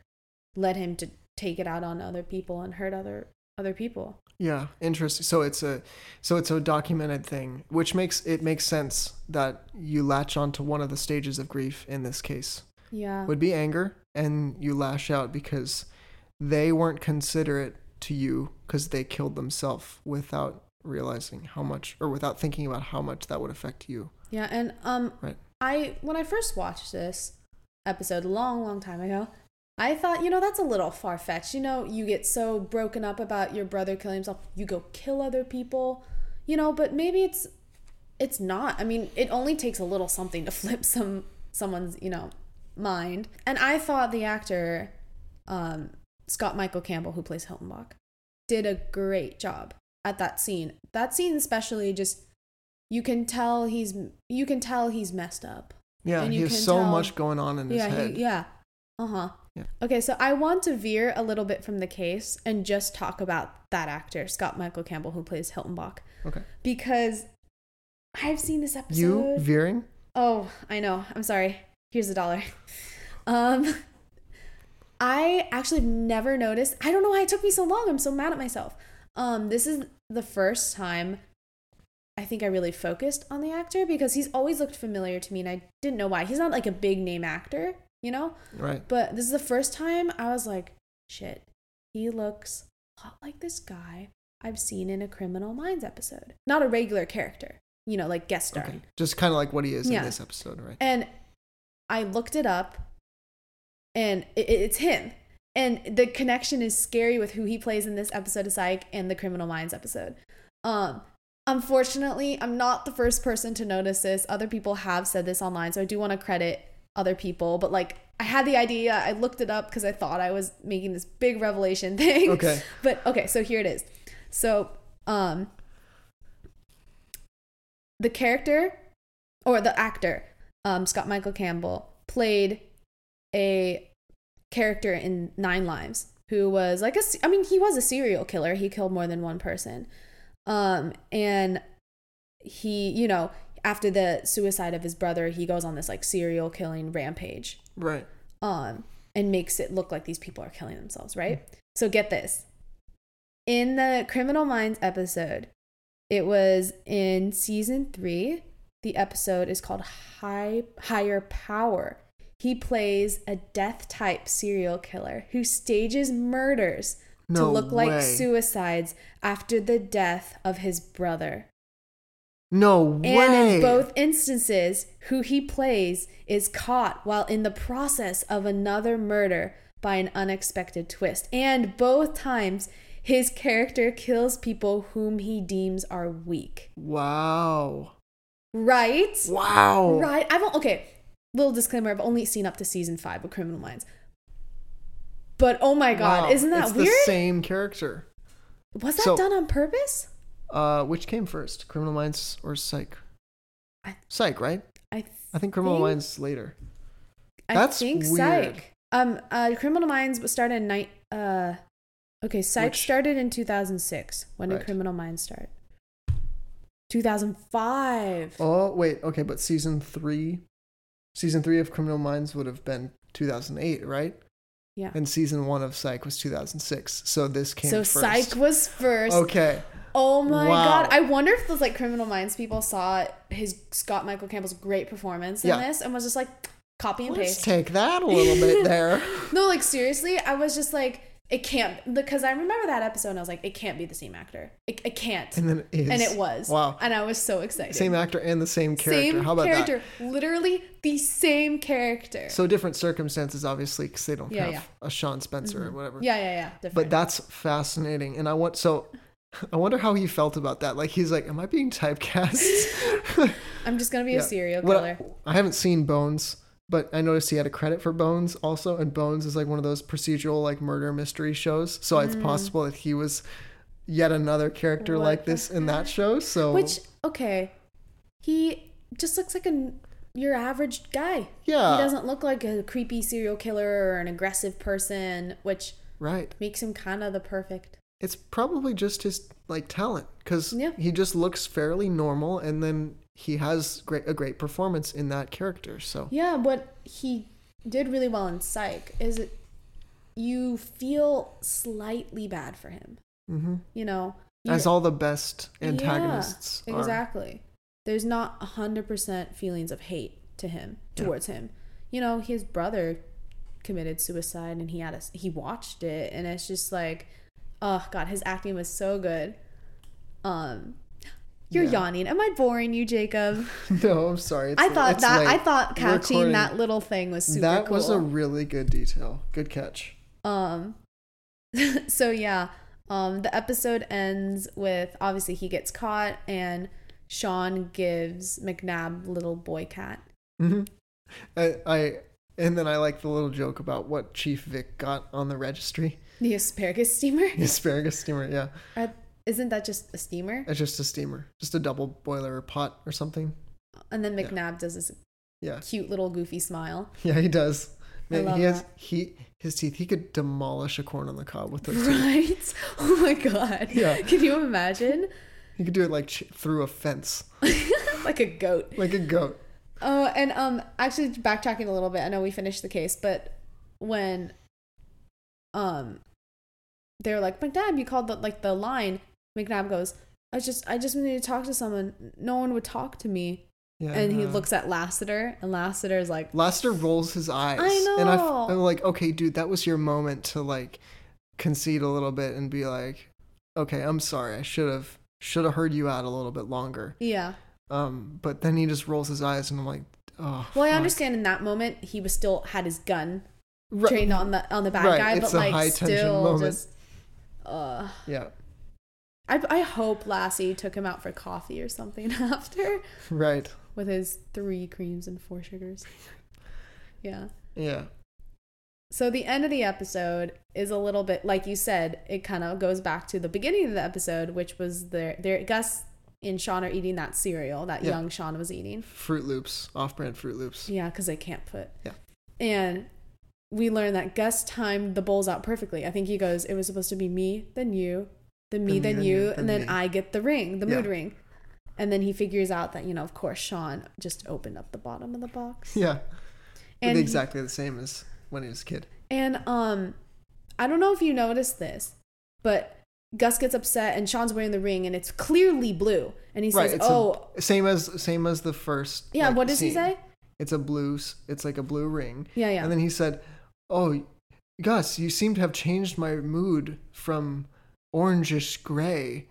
[SPEAKER 1] led him to take it out on other people and hurt other other people.
[SPEAKER 3] Yeah, interesting. So it's a so it's a documented thing, which makes it makes sense that you latch onto one of the stages of grief in this case
[SPEAKER 1] Yeah.
[SPEAKER 3] would be anger and you lash out because they weren't considerate to you cuz they killed themselves without realizing how much or without thinking about how much that would affect you.
[SPEAKER 1] Yeah, and um,
[SPEAKER 3] Right.
[SPEAKER 1] I when I first watched this episode a long, long time ago, I thought, you know, that's a little far fetched. You know, you get so broken up about your brother killing himself, you go kill other people, you know. But maybe it's it's not. I mean, it only takes a little something to flip some someone's you know mind. And I thought the actor um, Scott Michael Campbell, who plays Hiltonbach, did a great job at that scene. That scene especially just you can tell he's you can tell he's messed up.
[SPEAKER 3] Yeah,
[SPEAKER 1] And
[SPEAKER 3] he
[SPEAKER 1] you
[SPEAKER 3] has
[SPEAKER 1] can
[SPEAKER 3] so
[SPEAKER 1] tell-
[SPEAKER 3] much going on in his
[SPEAKER 1] yeah,
[SPEAKER 3] head.
[SPEAKER 1] He, yeah. Uh-huh.
[SPEAKER 3] Yeah.
[SPEAKER 1] Okay, so I want to veer a little bit from the case and just talk about that actor, Scott Michael Campbell, who plays Hiltonbach,
[SPEAKER 3] Okay.
[SPEAKER 1] because I've seen this episode.
[SPEAKER 3] You veering?
[SPEAKER 1] Oh, I know. I'm sorry. Here's a dollar. Um I actually have never noticed. I don't know why it took me so long. I'm so mad at myself. Um this is the first time I think I really focused on the actor because he's always looked familiar to me and I didn't know why. He's not like a big name actor, you know?
[SPEAKER 3] Right.
[SPEAKER 1] But this is the first time I was like, shit, he looks a lot like this guy I've seen in a Criminal Minds episode. Not a regular character, you know, like guest starring.
[SPEAKER 3] Okay. Just kind of like what he is
[SPEAKER 1] Yeah.
[SPEAKER 3] in this episode, right?
[SPEAKER 1] And I looked it up, and it, it's him. And the connection is scary with who he plays in this episode of Psych and the Criminal Minds episode. Um, unfortunately, I'm not the first person to notice this. Other people have said this online, so I do want to credit other people. But like, I had the idea, I looked it up because I thought I was making this big revelation thing.
[SPEAKER 3] Okay.
[SPEAKER 1] but okay, so here it is. So, um, the character or the actor um, Scott Michael Campbell played a character in Nine Lives who was like a se- I mean he was a serial killer he killed more than one person um and he you know after the suicide of his brother he goes on this like serial killing rampage
[SPEAKER 3] Right.
[SPEAKER 1] um, and makes it look like these people are killing themselves, right? So get this. In the Criminal Minds episode, it was in season three. The episode is called High, Higher Power. He plays a death type serial killer who stages murders to
[SPEAKER 3] No
[SPEAKER 1] look like
[SPEAKER 3] way.
[SPEAKER 1] suicides after the death of his brother.
[SPEAKER 3] No way.
[SPEAKER 1] And in both instances, who he plays is caught while in the process of another murder by an unexpected twist. And both times, his character kills people whom he deems are weak.
[SPEAKER 3] Wow.
[SPEAKER 1] Right?
[SPEAKER 3] Wow.
[SPEAKER 1] Right? I've o- okay. Little disclaimer: I've only seen up to season five of Criminal Minds. But oh my god,
[SPEAKER 3] Wow.
[SPEAKER 1] isn't that
[SPEAKER 3] it's
[SPEAKER 1] weird?
[SPEAKER 3] the same character.
[SPEAKER 1] Was that
[SPEAKER 3] So-
[SPEAKER 1] done on purpose?
[SPEAKER 3] Uh, which came first, Criminal Minds or Psych?
[SPEAKER 1] I-
[SPEAKER 3] Psych, right?
[SPEAKER 1] I
[SPEAKER 3] I think Criminal
[SPEAKER 1] Think-
[SPEAKER 3] Minds later.
[SPEAKER 1] I
[SPEAKER 3] That's
[SPEAKER 1] think
[SPEAKER 3] weird.
[SPEAKER 1] Psych. Um, uh, Criminal Minds was started in night. Uh, okay, Psych
[SPEAKER 3] Which-
[SPEAKER 1] started in 2006. When did
[SPEAKER 3] Right.
[SPEAKER 1] Criminal Minds start? 2005.
[SPEAKER 3] Oh wait, okay, but season three, season three of Criminal Minds would have been 2008, right?
[SPEAKER 1] yeah.
[SPEAKER 3] And season one of Psych was 2006. So this came
[SPEAKER 1] So
[SPEAKER 3] first.
[SPEAKER 1] Psych was first.
[SPEAKER 3] Okay.
[SPEAKER 1] Oh my
[SPEAKER 3] Wow.
[SPEAKER 1] god! I wonder if those like Criminal Minds people saw his Scott Michael Campbell's great performance in
[SPEAKER 3] Yeah.
[SPEAKER 1] this and was just like copy and
[SPEAKER 3] Let's
[SPEAKER 1] paste.
[SPEAKER 3] take that a little bit there.
[SPEAKER 1] No, like seriously, I was just like, it can't because I remember that episode and I was like, it can't be the same actor. It, it can't.
[SPEAKER 3] And then it is.
[SPEAKER 1] and it was.
[SPEAKER 3] Wow.
[SPEAKER 1] And I was so excited.
[SPEAKER 3] Same actor and the same character.
[SPEAKER 1] Same
[SPEAKER 3] How about
[SPEAKER 1] character.
[SPEAKER 3] that?
[SPEAKER 1] Literally the same character.
[SPEAKER 3] So different circumstances, obviously, because they don't
[SPEAKER 1] Yeah,
[SPEAKER 3] have
[SPEAKER 1] yeah. Mm-hmm.
[SPEAKER 3] a Sean Spencer or whatever.
[SPEAKER 1] yeah, yeah, yeah. Different.
[SPEAKER 3] But that's fascinating, and I want so. I wonder how he felt about that. Like he's like, "Am I being typecast?"
[SPEAKER 1] I'm just gonna be
[SPEAKER 3] Yeah.
[SPEAKER 1] a serial
[SPEAKER 3] What-
[SPEAKER 1] killer.
[SPEAKER 3] I haven't seen Bones, but I noticed he had a credit for Bones also, and Bones is like one of those procedural like murder mystery shows. So it's possible that he was yet another character
[SPEAKER 1] Mm-hmm. What
[SPEAKER 3] like
[SPEAKER 1] the
[SPEAKER 3] this in that show. So
[SPEAKER 1] Which okay, he just looks like a your average guy.
[SPEAKER 3] Yeah.
[SPEAKER 1] he doesn't look like a creepy serial killer or an aggressive person, which
[SPEAKER 3] right,
[SPEAKER 1] makes him kind of the perfect.
[SPEAKER 3] it's probably just his like talent because
[SPEAKER 1] Yeah.
[SPEAKER 3] he just looks fairly normal, and then he has great a great performance in that character. So
[SPEAKER 1] Yeah, what he did really well in Psych is it you feel slightly bad for him.
[SPEAKER 3] hmm
[SPEAKER 1] You know,
[SPEAKER 3] as
[SPEAKER 1] you're-
[SPEAKER 3] all the best
[SPEAKER 1] Yeah,
[SPEAKER 3] antagonists are.
[SPEAKER 1] exactly. There's not hundred percent feelings of hate to him
[SPEAKER 3] Yeah.
[SPEAKER 1] towards him. You know, his brother committed suicide, and he had a he watched it, and it's just like, oh god, his acting was so good. Um, you're
[SPEAKER 3] Yeah.
[SPEAKER 1] yawning. Am I boring you, Jacob?
[SPEAKER 3] No, I'm sorry. It's,
[SPEAKER 1] I thought
[SPEAKER 3] it's
[SPEAKER 1] that I
[SPEAKER 3] late.
[SPEAKER 1] thought
[SPEAKER 3] We're
[SPEAKER 1] catching
[SPEAKER 3] recording.
[SPEAKER 1] that little thing was super
[SPEAKER 3] that
[SPEAKER 1] cool.
[SPEAKER 3] was a really good detail. Good catch.
[SPEAKER 1] Um, so yeah, um, the episode ends with obviously he gets caught and Sean gives McNabb little boy cat.
[SPEAKER 3] hmm I, I and then I like the little joke about what Chief Vic got on the registry.
[SPEAKER 1] The asparagus steamer?
[SPEAKER 3] Asparagus steamer, yeah.
[SPEAKER 1] Uh, isn't that just a steamer?
[SPEAKER 3] It's just a steamer, just a double boiler or pot or something.
[SPEAKER 1] And then McNabb does this
[SPEAKER 3] Yeah,
[SPEAKER 1] cute little goofy smile.
[SPEAKER 3] yeah, he does. Man,
[SPEAKER 1] love
[SPEAKER 3] he has
[SPEAKER 1] that.
[SPEAKER 3] he his teeth. He could demolish a corn on the cob with those. teeth.
[SPEAKER 1] Right? Oh my god.
[SPEAKER 3] Yeah.
[SPEAKER 1] Can you imagine?
[SPEAKER 3] He could do it like ch- through a fence,
[SPEAKER 1] like a goat.
[SPEAKER 3] like a goat.
[SPEAKER 1] Oh, and um, actually backtracking a little bit, I know we finished the case, but when um, they were like McNabb, you called the like the line. McNabb goes, I just I just needed to talk to someone. No one would talk to me,
[SPEAKER 3] Yeah,
[SPEAKER 1] and he
[SPEAKER 3] uh,
[SPEAKER 1] looks at Lassiter, and Lassiter is like,
[SPEAKER 3] Lassiter rolls his eyes.
[SPEAKER 1] I
[SPEAKER 3] And I,
[SPEAKER 1] know.
[SPEAKER 3] am like, okay, dude, that was your moment to like concede a little bit and be like, okay, I'm sorry. I should have should have heard you out a little bit longer.
[SPEAKER 1] yeah.
[SPEAKER 3] Um, but then he just rolls his eyes, and I'm like, oh.
[SPEAKER 1] Well, I
[SPEAKER 3] fuck.
[SPEAKER 1] understand in that moment he was still had his gun
[SPEAKER 3] Ri-
[SPEAKER 1] trained on the on the bad
[SPEAKER 3] Right,
[SPEAKER 1] guy,
[SPEAKER 3] it's
[SPEAKER 1] but
[SPEAKER 3] a
[SPEAKER 1] like
[SPEAKER 3] high-tension
[SPEAKER 1] still
[SPEAKER 3] moment.
[SPEAKER 1] just. Uh,
[SPEAKER 3] Yeah,
[SPEAKER 1] I I hope Lassie took him out for coffee or something after.
[SPEAKER 3] right.
[SPEAKER 1] with his three creams and four sugars. yeah.
[SPEAKER 3] Yeah,
[SPEAKER 1] So the end of the episode is a little bit like you said, it kind of goes back to the beginning of the episode, which was their their Gus and Sean are eating that cereal that
[SPEAKER 3] Yeah.
[SPEAKER 1] young Sean was eating.
[SPEAKER 3] Fruit Loops, off-brand Fruit Loops.
[SPEAKER 1] Yeah, because they can't put.
[SPEAKER 3] Yeah.
[SPEAKER 1] And we learned that Gus timed the bowls out perfectly. I think he goes, it was supposed to be me, then you, then me, then, you, and then
[SPEAKER 3] me."
[SPEAKER 1] I get the ring, the
[SPEAKER 3] Yeah.
[SPEAKER 1] mood ring. And then he figures out that, you know, of course, Sean just opened up the bottom of the box.
[SPEAKER 3] Yeah,
[SPEAKER 1] And he-
[SPEAKER 3] exactly the same as when he was a kid.
[SPEAKER 1] And um, I don't know if you noticed this, but Gus gets upset and Sean's wearing the ring and it's clearly blue. And he
[SPEAKER 3] right.
[SPEAKER 1] says,
[SPEAKER 3] a-
[SPEAKER 1] Oh,
[SPEAKER 3] same as same as the first.
[SPEAKER 1] yeah,
[SPEAKER 3] like,
[SPEAKER 1] what does he
[SPEAKER 3] scene.
[SPEAKER 1] say?
[SPEAKER 3] It's a blue. s- It's like a blue ring.
[SPEAKER 1] Yeah, yeah.
[SPEAKER 3] And then he said, "Oh, Gus, you seem to have changed my mood from orangish gray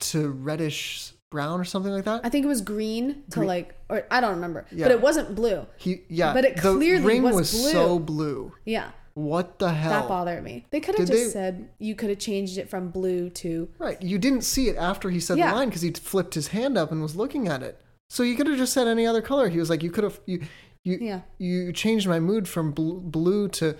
[SPEAKER 3] to reddish brown or something like that."
[SPEAKER 1] I think it was green to
[SPEAKER 3] Green-
[SPEAKER 1] like, or I don't remember,
[SPEAKER 3] Yeah.
[SPEAKER 1] but it wasn't blue.
[SPEAKER 3] He yeah,
[SPEAKER 1] But it
[SPEAKER 3] the
[SPEAKER 1] clearly
[SPEAKER 3] ring
[SPEAKER 1] was
[SPEAKER 3] was,
[SPEAKER 1] blue.
[SPEAKER 3] so blue.
[SPEAKER 1] Yeah,
[SPEAKER 3] What the
[SPEAKER 1] that
[SPEAKER 3] hell?
[SPEAKER 1] bothered me. They could have
[SPEAKER 3] Did
[SPEAKER 1] just
[SPEAKER 3] they-
[SPEAKER 1] said you could have changed it from blue to
[SPEAKER 3] right, you didn't see it after he said
[SPEAKER 1] Yeah.
[SPEAKER 3] the line because he flipped his hand up and was looking at it. So you could have just said any other color. He was like, "You could have you." You,
[SPEAKER 1] Yeah.
[SPEAKER 3] you changed my mood from bl- blue to ne-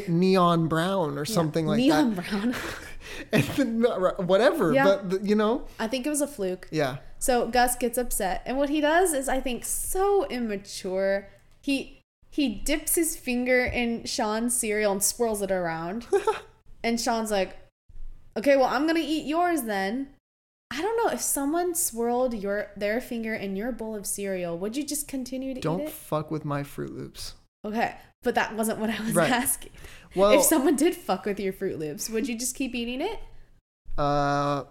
[SPEAKER 1] Black.
[SPEAKER 3] neon brown or something like
[SPEAKER 1] neon
[SPEAKER 3] that.
[SPEAKER 1] brown.
[SPEAKER 3] and then, uh, whatever,
[SPEAKER 1] Yeah.
[SPEAKER 3] but the, you know,
[SPEAKER 1] I think it was a fluke.
[SPEAKER 3] yeah.
[SPEAKER 1] So Gus gets upset, and what he does is, I think, so immature. He he dips his finger in Sean's cereal and swirls it around, and Sean's like, "Okay, well, I'm gonna eat yours then." I don't know if someone swirled your their finger in your bowl of cereal, would you just continue to eat
[SPEAKER 3] Don't
[SPEAKER 1] it?
[SPEAKER 3] fuck with my Fruit Loops.
[SPEAKER 1] Okay, but that wasn't what I was
[SPEAKER 3] Right.
[SPEAKER 1] asking.
[SPEAKER 3] Well,
[SPEAKER 1] if someone did fuck with your Fruit Loops, would you just keep eating it,
[SPEAKER 3] uh,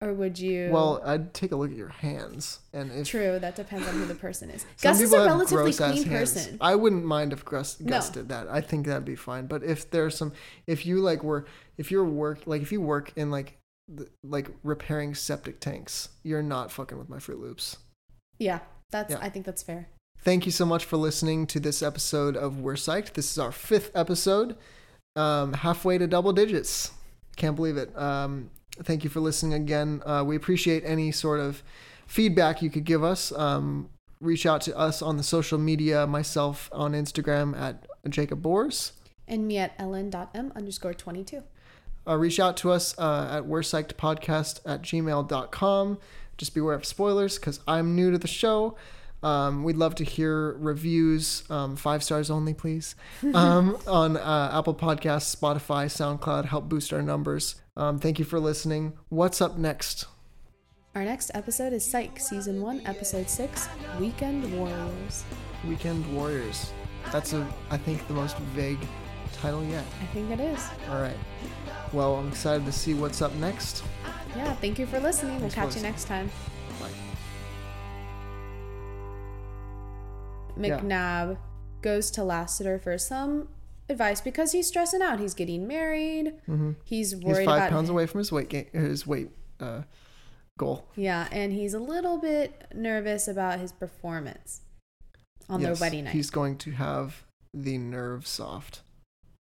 [SPEAKER 1] or would you?
[SPEAKER 3] well, I'd take a look at your hands, and if
[SPEAKER 1] true. That depends on who the person is.
[SPEAKER 3] some
[SPEAKER 1] Gus is
[SPEAKER 3] people
[SPEAKER 1] a
[SPEAKER 3] have
[SPEAKER 1] relatively
[SPEAKER 3] gross-ass
[SPEAKER 1] clean
[SPEAKER 3] hands.
[SPEAKER 1] person.
[SPEAKER 3] I wouldn't mind if Gus,
[SPEAKER 1] No.
[SPEAKER 3] Gus did that. I think that'd be fine. But if there's some, if you like were, if you're work, like if you work in like, th- like repairing septic tanks, you're not fucking with my Fruit Loops.
[SPEAKER 1] Yeah, that's.
[SPEAKER 3] Yeah.
[SPEAKER 1] I think that's fair.
[SPEAKER 3] Thank you so much for listening to this episode of We're Psyched. This is our fifth episode, um, halfway to double digits. Can't believe it. Um, thank you for listening again. Uh, we appreciate any sort of feedback you could give us. Um, reach out to us on the social media, myself on Instagram at Jacob Bors.
[SPEAKER 1] and me at ellen.m underscore 22.
[SPEAKER 3] Uh, reach out to us uh, at we're psyched podcast at gmail.com. Just beware of spoilers because I'm new to the show. Um, we'd love to hear reviews, um, five stars only, please, um, on uh, Apple Podcasts, Spotify, SoundCloud. Help boost our numbers. Um, thank you for listening. What's up next?
[SPEAKER 1] Our next episode is Psych, Season 1, Episode 6, Weekend Warriors.
[SPEAKER 3] Weekend Warriors. That's a, I think, the most vague title yet.
[SPEAKER 1] I think it is.
[SPEAKER 3] All right. Well, I'm excited to see what's up next.
[SPEAKER 1] Yeah, thank you for listening. We'll
[SPEAKER 3] Thanks for
[SPEAKER 1] catch you
[SPEAKER 3] listening.
[SPEAKER 1] next time.
[SPEAKER 3] Bye. Yeah.
[SPEAKER 1] McNabb goes to Lassiter for some advice because he's stressing out. He's getting married. He's worried
[SPEAKER 3] Mm-hmm. He's five
[SPEAKER 1] about
[SPEAKER 3] pounds away from his weight gain, his weight uh, goal.
[SPEAKER 1] Yeah, and he's a little bit nervous about his performance on
[SPEAKER 3] Yes,
[SPEAKER 1] their wedding night.
[SPEAKER 3] He's going to have the nerve soft.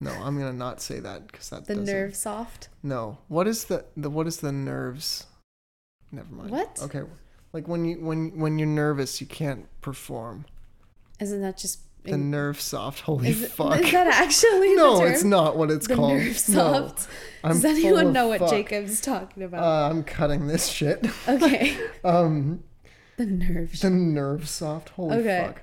[SPEAKER 3] No, I'm gonna not say that because that
[SPEAKER 1] the
[SPEAKER 3] doesn't-
[SPEAKER 1] nerve soft.
[SPEAKER 3] No, what is the the what is the nerves? Never mind.
[SPEAKER 1] What?
[SPEAKER 3] Okay, like when you when when you're nervous, you can't perform.
[SPEAKER 1] Isn't that just
[SPEAKER 3] The nerve soft. Holy
[SPEAKER 1] is,
[SPEAKER 3] fuck!
[SPEAKER 1] is that actually
[SPEAKER 3] no,
[SPEAKER 1] the term?
[SPEAKER 3] it's not what it's
[SPEAKER 1] The
[SPEAKER 3] called.
[SPEAKER 1] nerve
[SPEAKER 3] No.
[SPEAKER 1] soft.
[SPEAKER 3] I'm
[SPEAKER 1] Does
[SPEAKER 3] full
[SPEAKER 1] anyone
[SPEAKER 3] of
[SPEAKER 1] know what
[SPEAKER 3] fuck.
[SPEAKER 1] Jacob's talking about?
[SPEAKER 3] Uh, I'm cutting this shit.
[SPEAKER 1] okay.
[SPEAKER 3] Um,
[SPEAKER 1] the nerve.
[SPEAKER 3] the nerve soft. Holy
[SPEAKER 1] Okay.
[SPEAKER 3] fuck.